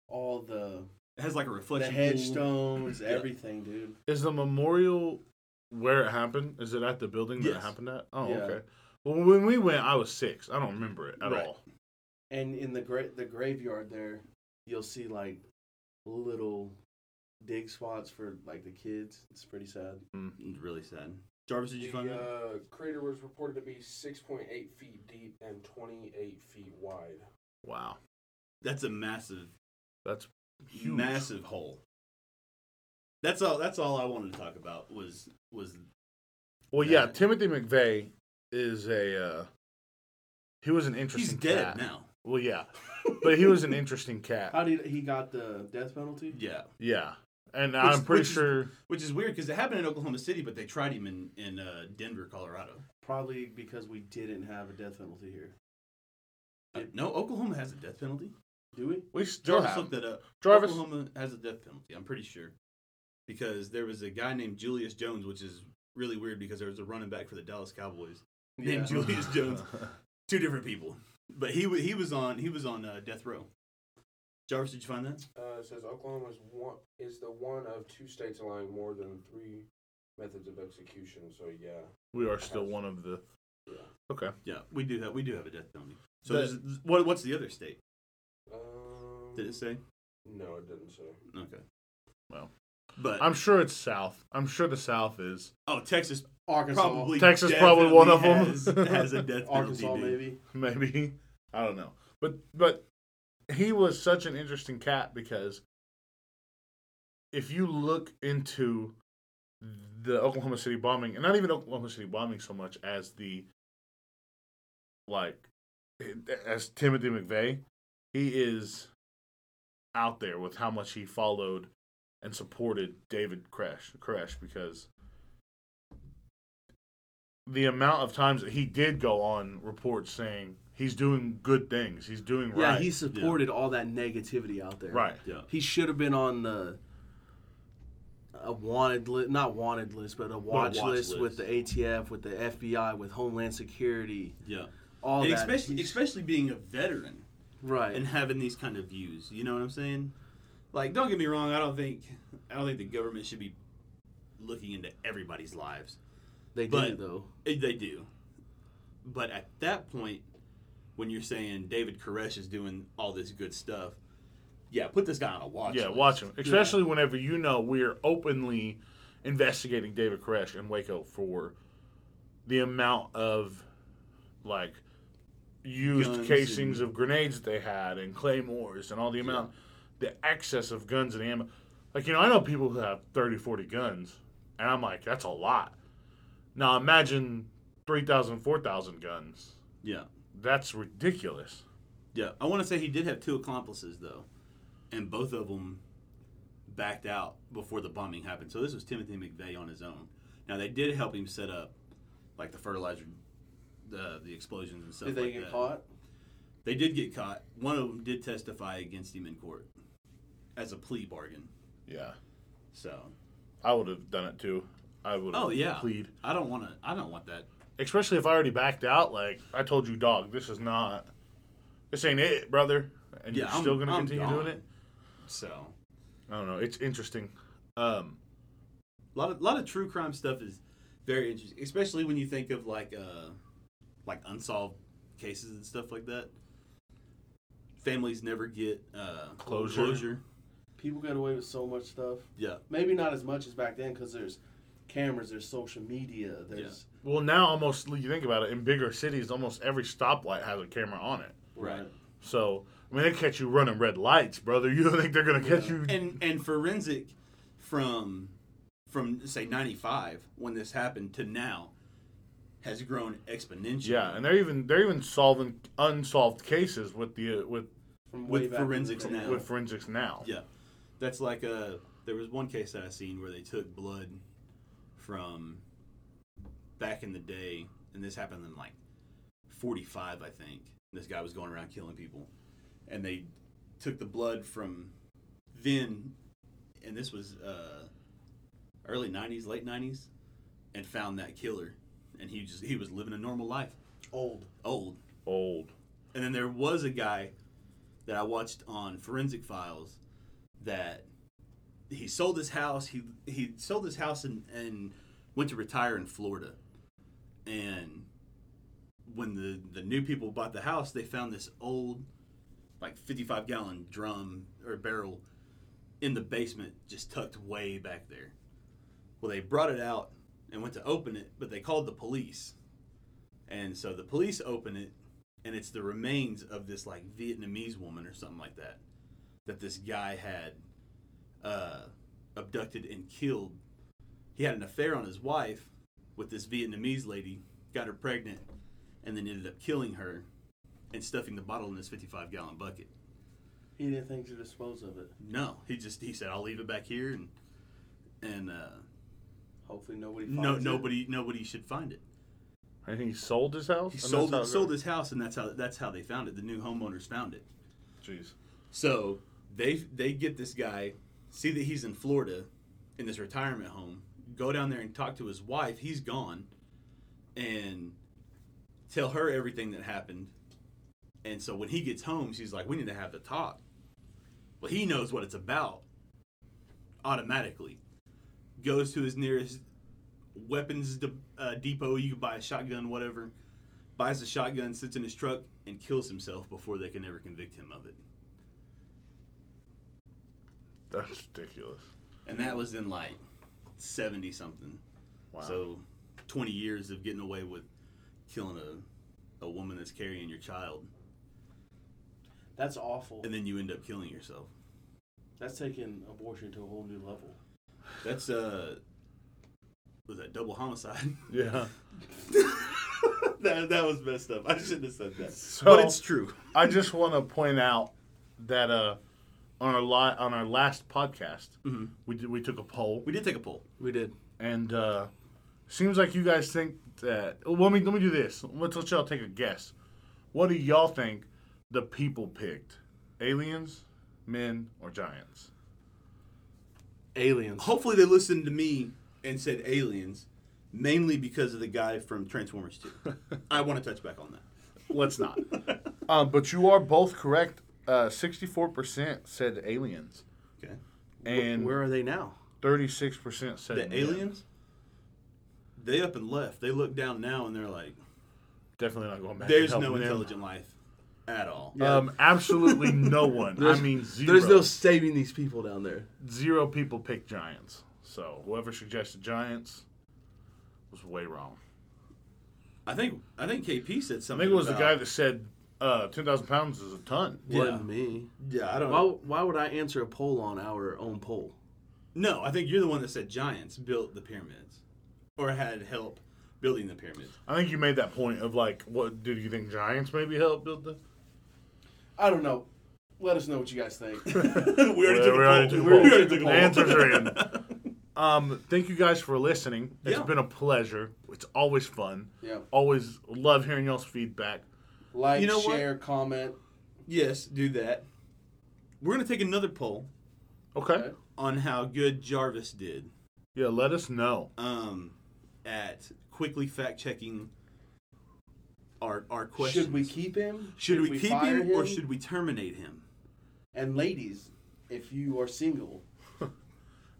Speaker 3: all the
Speaker 1: it has like a
Speaker 3: the
Speaker 1: reflection. pool.
Speaker 3: headstones,
Speaker 1: Yeah.
Speaker 3: everything, dude.
Speaker 2: Is the memorial where it happened? Is it at the building that it
Speaker 1: Yes.
Speaker 2: happened at? Oh,
Speaker 3: Yeah.
Speaker 2: okay. Well, when we went, I was six. I don't remember it at
Speaker 1: Right.
Speaker 2: all.
Speaker 3: And in the gra- the graveyard there, you'll see like little dig spots for like the kids. It's pretty sad.
Speaker 1: It's really sad. Jarvis, did you find
Speaker 4: The
Speaker 1: that?
Speaker 4: uh, crater was reported to be 6.8 feet deep and 28 feet wide.
Speaker 2: Wow,
Speaker 1: That's a massive,
Speaker 2: that's huge.
Speaker 1: massive hole. That's all. That's all I wanted to talk about was was
Speaker 2: Well, yeah,
Speaker 1: That-
Speaker 2: Timothy McVeigh is a uh, he was an
Speaker 1: he's
Speaker 2: interesting
Speaker 1: dead
Speaker 2: cat.
Speaker 1: now. *laughs*
Speaker 2: Well, yeah, but he was an interesting cat.
Speaker 3: How did he got the death penalty?
Speaker 1: Yeah,
Speaker 2: Yeah, and
Speaker 1: Which-
Speaker 2: I'm pretty
Speaker 1: which is-
Speaker 2: sure
Speaker 1: which is weird because it happened in Oklahoma City, but they tried him in in uh, Denver, Colorado.
Speaker 3: Probably because we didn't have a death penalty here.
Speaker 1: Uh, No, Oklahoma has a death penalty.
Speaker 3: Do we?
Speaker 2: we still
Speaker 1: Jarvis
Speaker 2: have
Speaker 1: looked that up.
Speaker 2: Jarvis.
Speaker 1: Oklahoma has a death penalty. I'm pretty sure because there was a guy named Julius Jones, which is really weird because there was a running back for the Dallas Cowboys named Julius Jones. Two different people, but he wa- he was on he was on uh, death row. Jarvis, did you find that?
Speaker 4: Uh, it says Oklahoma is one is the one of two states allowing more than three methods of execution. So yeah,
Speaker 2: we are still one of the
Speaker 4: yeah.
Speaker 2: okay.
Speaker 1: Yeah, we do have we do have a death penalty. So
Speaker 2: That-
Speaker 1: there's- what what's the other state?
Speaker 4: Um,
Speaker 1: Did it say?
Speaker 4: No, it didn't say.
Speaker 1: Okay.
Speaker 2: Well.
Speaker 1: but
Speaker 2: I'm sure it's South. I'm sure the South is. *laughs*
Speaker 1: oh Texas
Speaker 3: Arkansas.
Speaker 1: probably
Speaker 2: Texas probably one of
Speaker 1: definitely
Speaker 2: them.
Speaker 1: has, has a
Speaker 2: *laughs*
Speaker 1: death penalty.
Speaker 3: Arkansas,
Speaker 1: dude.
Speaker 3: maybe.
Speaker 2: maybe I don't know. But but he was such an interesting cat because if you look into the Oklahoma City bombing, and not even Oklahoma City bombing so much as the like as Timothy McVeigh, he is out there with how much he followed and supported David Koresh, Koresh because the amount of times that he did go on reports saying he's doing good things, he's doing
Speaker 3: Yeah,
Speaker 2: right.
Speaker 3: he supported all that negativity out there.
Speaker 2: right.
Speaker 1: Yeah.
Speaker 3: He should have been on the a wanted list, not wanted list, but a watch,
Speaker 1: watch
Speaker 3: list, with
Speaker 1: list.
Speaker 3: the ATF, with the FBI, with Homeland Security,
Speaker 1: Yeah.
Speaker 3: all
Speaker 1: and
Speaker 3: that.
Speaker 1: especially
Speaker 3: He's-
Speaker 1: especially being a veteran
Speaker 3: right.
Speaker 1: and having these kind of views. You know what I'm saying? Like, don't get me wrong. I don't think I don't think the government should be looking into everybody's lives.
Speaker 3: they do
Speaker 1: but-
Speaker 3: though.
Speaker 1: Eh, They do, but at that point, when you're saying David Koresh is doing all this good stuff, yeah, put this guy on a watch.
Speaker 2: Yeah,
Speaker 1: list.
Speaker 2: watch him. Especially whenever you know we're openly investigating David Koresh and Waco for the amount of like used
Speaker 1: Guns
Speaker 2: casings of grenades that they had and claymores and all the amount the excess of guns and ammo. Like, you know, I know people who have 30, 40 guns, and I'm like, that's a lot. Now imagine 3,000, 4,000 guns.
Speaker 1: Yeah,
Speaker 2: That's ridiculous.
Speaker 1: yeah. I want to say he did have two accomplices though, and both of them backed out before the bombing happened. So this was Timothy McVeigh on his own. Now they did help him set up like the fertilizer, the the explosions and stuff.
Speaker 3: Did they
Speaker 1: like
Speaker 3: get
Speaker 1: that.
Speaker 3: caught?
Speaker 1: They did get caught. One of them did testify against him in court as a plea bargain.
Speaker 2: Yeah.
Speaker 1: So
Speaker 2: I would have done it too. I would have
Speaker 1: Oh, yeah.
Speaker 2: plead.
Speaker 1: I don't want to. I don't want that.
Speaker 2: especially if I already backed out. Like I told you, dog, this is not, this ain't it, brother. And
Speaker 1: Yeah,
Speaker 2: you're
Speaker 1: I'm-
Speaker 2: still gonna
Speaker 1: I'm
Speaker 2: continue
Speaker 1: gone.
Speaker 2: doing it.
Speaker 1: So
Speaker 2: I don't know. It's interesting. Um,
Speaker 1: a lot of lot of true crime stuff is very interesting, especially when you think of like uh like unsolved cases and stuff like that. Families never get uh,
Speaker 2: Closure.
Speaker 3: People get away with so much stuff.
Speaker 1: Yeah,
Speaker 3: Maybe not as much as back then because there's cameras, there's social media, there's
Speaker 2: well, now almost you think about it, in bigger cities, almost every stoplight has a camera on it.
Speaker 1: right.
Speaker 2: So I mean, they catch you running red lights, brother. *laughs* You don't think they're gonna catch you?
Speaker 1: And and forensic from from say ninety five when this happened to now has grown exponentially.
Speaker 2: yeah, and they're even they're even solving unsolved cases with the uh, with
Speaker 3: from
Speaker 1: With
Speaker 3: way back in the
Speaker 1: forensics
Speaker 3: day.
Speaker 1: now.
Speaker 2: with forensics now.
Speaker 1: Yeah. That's like a. There was one case that I seen where they took blood from back in the day, and this happened in like 45, I think. This guy was going around killing people, and they took the blood from then, and this was uh, early 90s, late 90s, and found that killer, and he just he was living a normal life,
Speaker 3: Old.
Speaker 1: old,
Speaker 2: Old.
Speaker 1: and then there was a guy that I watched on Forensic Files that he sold his house. He he sold his house and, and went to retire in Florida. And when the the new people bought the house, they found this old like 55 gallon drum or barrel in the basement just tucked way back there. Well, they brought it out and went to open it, but they called the police. And so the police open it and it's the remains of this like Vietnamese woman or something like that that this guy had uh, abducted and killed. He had an affair on his wife with this Vietnamese lady, got her pregnant, and then ended up killing her and stuffing the bottle in this 55 gallon bucket.
Speaker 3: He didn't think to dispose of it.
Speaker 1: No, he just he said I'll leave it back here and and uh,
Speaker 3: Hopefully nobody. Finds
Speaker 1: no
Speaker 3: it.
Speaker 1: nobody nobody should find it.
Speaker 2: I think he sold his house.
Speaker 1: He
Speaker 2: And that's
Speaker 1: sold
Speaker 2: how
Speaker 1: it, sold his house and that's how that's how they found it. The new homeowners found it.
Speaker 2: Jeez.
Speaker 1: So they they get this guy, see that he's in Florida, in this retirement home. Go down there and talk to his wife. He's gone, and tell her everything that happened. And so when he gets home, she's like, "We need to have the talk." Well, he knows what it's about. Automatically, goes to his nearest weapons de- uh, depot. You can buy a shotgun, whatever. Buys a shotgun, sits in his truck, and kills himself before they can ever convict him of it.
Speaker 2: That's ridiculous.
Speaker 1: and that was in like 70 something
Speaker 2: Wow.
Speaker 1: so 20 years of getting away with killing a, a woman that's carrying your child
Speaker 3: That's awful.
Speaker 1: and then you end up killing yourself
Speaker 3: That's taking abortion to a whole new level.
Speaker 1: That's uh, was that double homicide? *laughs*
Speaker 2: Yeah.
Speaker 1: that that was messed up. I shouldn't have said that,
Speaker 2: So-
Speaker 1: but it's true.
Speaker 2: I just want to point out that uh, on our li- on our last podcast,
Speaker 1: Mm-hmm.
Speaker 2: we did, we took a poll,
Speaker 1: We did take a poll.
Speaker 3: We did.
Speaker 2: and uh, seems like you guys think that. Well, let me let me do this. Let's let y'all take a guess. What do y'all think the people picked? Aliens, men, or giants?
Speaker 3: Aliens.
Speaker 1: Hopefully, they listened to me and said aliens, mainly because of the guy from Transformers Two. I want to touch back on that. *laughs*
Speaker 2: Let's not. um, but you are both correct. Uh, Sixty-four percent said aliens,
Speaker 1: Okay,
Speaker 2: and
Speaker 3: Where are they now?
Speaker 2: thirty-six percent said
Speaker 1: the
Speaker 2: men.
Speaker 1: aliens. They up and left. They look down now and they're like,
Speaker 2: Definitely not going back. and
Speaker 1: "There's no
Speaker 2: helping them.
Speaker 1: intelligent life at all."
Speaker 2: Um, absolutely no one. I
Speaker 3: There's-
Speaker 2: mean, zero.
Speaker 3: There's no saving these people down there.
Speaker 2: zero people pick Giants. So whoever suggested Giants was way wrong.
Speaker 1: I think I think KP said
Speaker 2: I
Speaker 1: something.
Speaker 2: think it was the
Speaker 1: about-
Speaker 2: guy that said uh, ten thousand pounds is a ton.
Speaker 1: Yeah.
Speaker 3: Wasn't me.
Speaker 1: Yeah, I don't.
Speaker 3: Why, why would I answer a poll on our own poll?
Speaker 1: No, I think you're the one that said giants built the pyramids, or had help building the pyramids. *laughs*
Speaker 2: I think you made that point of like, what do you think Giants maybe helped build the?
Speaker 3: I don't know. Let us know what you guys
Speaker 1: *laughs*
Speaker 3: think.
Speaker 1: we already
Speaker 2: Yeah,
Speaker 1: took a
Speaker 2: we
Speaker 1: poll.
Speaker 2: already took a
Speaker 1: We already
Speaker 2: poll.
Speaker 1: took a
Speaker 2: The
Speaker 1: poll.
Speaker 2: answers
Speaker 1: *laughs*
Speaker 2: are in. Um, thank you guys for listening. It's
Speaker 1: Yeah.
Speaker 2: been a pleasure. It's always fun.
Speaker 3: Yeah.
Speaker 2: Always love hearing y'all's feedback.
Speaker 3: Like,
Speaker 1: You know what?
Speaker 3: share, comment.
Speaker 1: Yes, do that. We're gonna take another poll
Speaker 2: Okay.
Speaker 3: Okay.
Speaker 1: on how good Jarvis did
Speaker 2: Yeah, let us know.
Speaker 1: um, at quickly fact checking our our questions.
Speaker 3: Should we keep him?
Speaker 1: Should we keep
Speaker 3: fire
Speaker 1: him, or should we terminate him?
Speaker 3: And ladies, if you are single,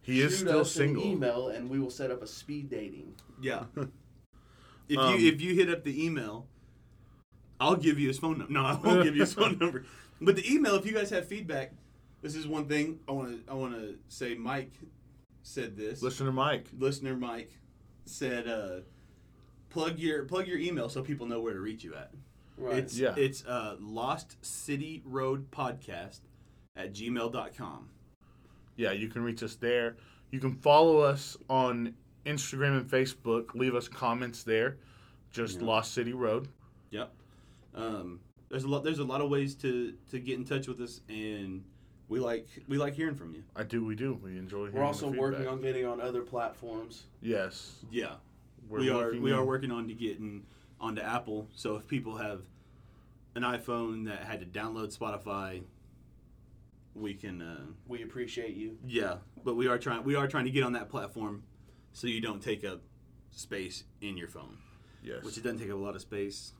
Speaker 2: He is
Speaker 3: shoot
Speaker 2: still
Speaker 3: us
Speaker 2: single.
Speaker 3: An email, and we will set up a speed dating.
Speaker 1: Yeah. if
Speaker 2: Um,
Speaker 1: you if you hit up the email, I'll give you his phone number. No, *laughs* I won't give you his phone number. But the email, if you guys have feedback, this is one thing I want to I want to say. Mike said this.
Speaker 2: Listener Mike.
Speaker 1: Listener Mike said, uh, "Plug your plug your email so people know where to reach you at."
Speaker 3: Right.
Speaker 1: It's
Speaker 2: Yeah.
Speaker 1: it's uh, Lost City Road Podcast at gmail.com.
Speaker 2: yeah, you can reach us there. You can follow us on Instagram and Facebook. Leave us comments there. Just Lost City Road.
Speaker 1: Yep. Um, there's a lot. There's a lot of ways to to get in touch with us, and we like we like hearing from you.
Speaker 2: I do. We do. We enjoy. Hearing
Speaker 3: We're also
Speaker 2: the
Speaker 3: working
Speaker 2: feedback.
Speaker 3: on getting on other platforms.
Speaker 2: Yes,
Speaker 1: Yeah,
Speaker 2: we're
Speaker 1: we are
Speaker 2: working
Speaker 1: we
Speaker 2: on-
Speaker 1: are working on to getting onto Apple. So if people have an iPhone that had to download Spotify, we can. Uh,
Speaker 3: We appreciate you.
Speaker 1: yeah, but we are trying we are trying to get on that platform, so you don't take up space in your phone,
Speaker 2: Yes.
Speaker 1: which it doesn't take up a lot of space.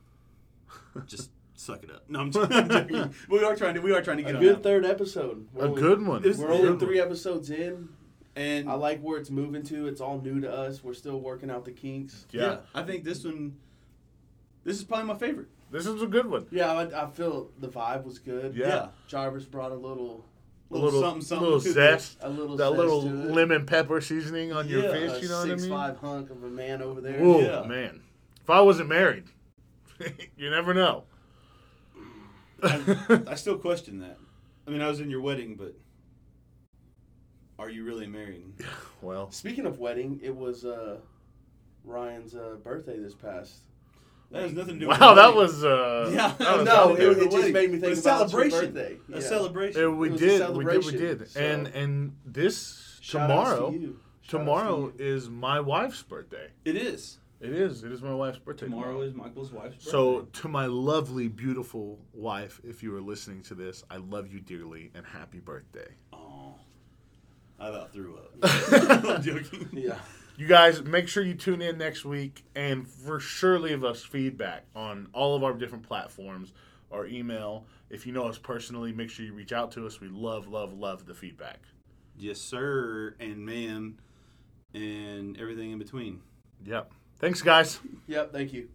Speaker 1: *laughs* Just suck it up. No, I'm, *laughs* I'm
Speaker 2: *laughs*
Speaker 1: joking. We are trying to we are trying to
Speaker 3: A
Speaker 1: get on
Speaker 3: good
Speaker 1: Apple.
Speaker 3: third episode. We're
Speaker 2: a
Speaker 3: only-
Speaker 2: good one.
Speaker 1: This-
Speaker 3: We're only three episodes in.
Speaker 1: and
Speaker 3: I like where it's moving to. It's all new to us. We're still working out the kinks.
Speaker 2: yeah.
Speaker 1: I think this one, this is probably my favorite.
Speaker 2: this is a good one.
Speaker 3: Yeah, I, I feel the vibe was good.
Speaker 2: Yeah.
Speaker 3: Jarvis brought a little,
Speaker 2: A little,
Speaker 1: something, something.
Speaker 2: little
Speaker 1: to the-
Speaker 2: zest.
Speaker 3: a little,
Speaker 2: That
Speaker 3: zest
Speaker 2: little
Speaker 3: to it.
Speaker 2: lemon pepper seasoning on your
Speaker 1: Yeah,
Speaker 2: fish. You know what I
Speaker 3: six
Speaker 2: mean?
Speaker 3: five hunk of a man over there.
Speaker 2: Whoa,
Speaker 1: Yeah.
Speaker 2: man! If I wasn't married, *laughs* you never know.
Speaker 1: I still question that. I mean, I was in your wedding, but are you really married?
Speaker 2: *laughs* well,
Speaker 3: Speaking of wedding, it was uh, Ryan's uh, birthday this past.
Speaker 1: That has nothing to do. with
Speaker 2: *laughs* wow,
Speaker 1: the
Speaker 2: that
Speaker 1: wedding.
Speaker 2: was
Speaker 3: *laughs*
Speaker 2: uh,
Speaker 1: *laughs* Yeah,
Speaker 2: that was
Speaker 3: no,
Speaker 2: out
Speaker 3: it,
Speaker 2: there.
Speaker 3: it just
Speaker 1: Wedding.
Speaker 3: made me
Speaker 1: But
Speaker 3: think
Speaker 1: a
Speaker 3: about
Speaker 1: celebration.
Speaker 3: Your birthday.
Speaker 1: a
Speaker 3: Yeah.
Speaker 1: celebration.
Speaker 2: And we
Speaker 3: It was a
Speaker 2: did, we did, we
Speaker 3: celebration,
Speaker 2: did,
Speaker 3: so-
Speaker 2: and and this
Speaker 3: Shout outs to
Speaker 2: tomorrow,
Speaker 3: you. Shout outs to
Speaker 2: tomorrow
Speaker 3: you.
Speaker 2: is my wife's birthday.
Speaker 1: It is.
Speaker 2: It is, it is my wife's birthday.
Speaker 1: Tomorrow is Michael's wife's birthday.
Speaker 2: So to my lovely, beautiful wife, if you are listening to this, I love you dearly and happy birthday.
Speaker 1: Aw. I about threw
Speaker 2: *laughs*
Speaker 1: up. *laughs* I'm joking.
Speaker 3: Yeah.
Speaker 2: You guys, make sure you tune in next week and for sure leave us feedback on all of our different platforms, our email. If you know us personally, make sure you reach out to us. We love, love, love the feedback.
Speaker 1: Yes, sir, and ma'am, and everything in between.
Speaker 2: Yep. Thanks, guys.
Speaker 3: Yep. Thank you.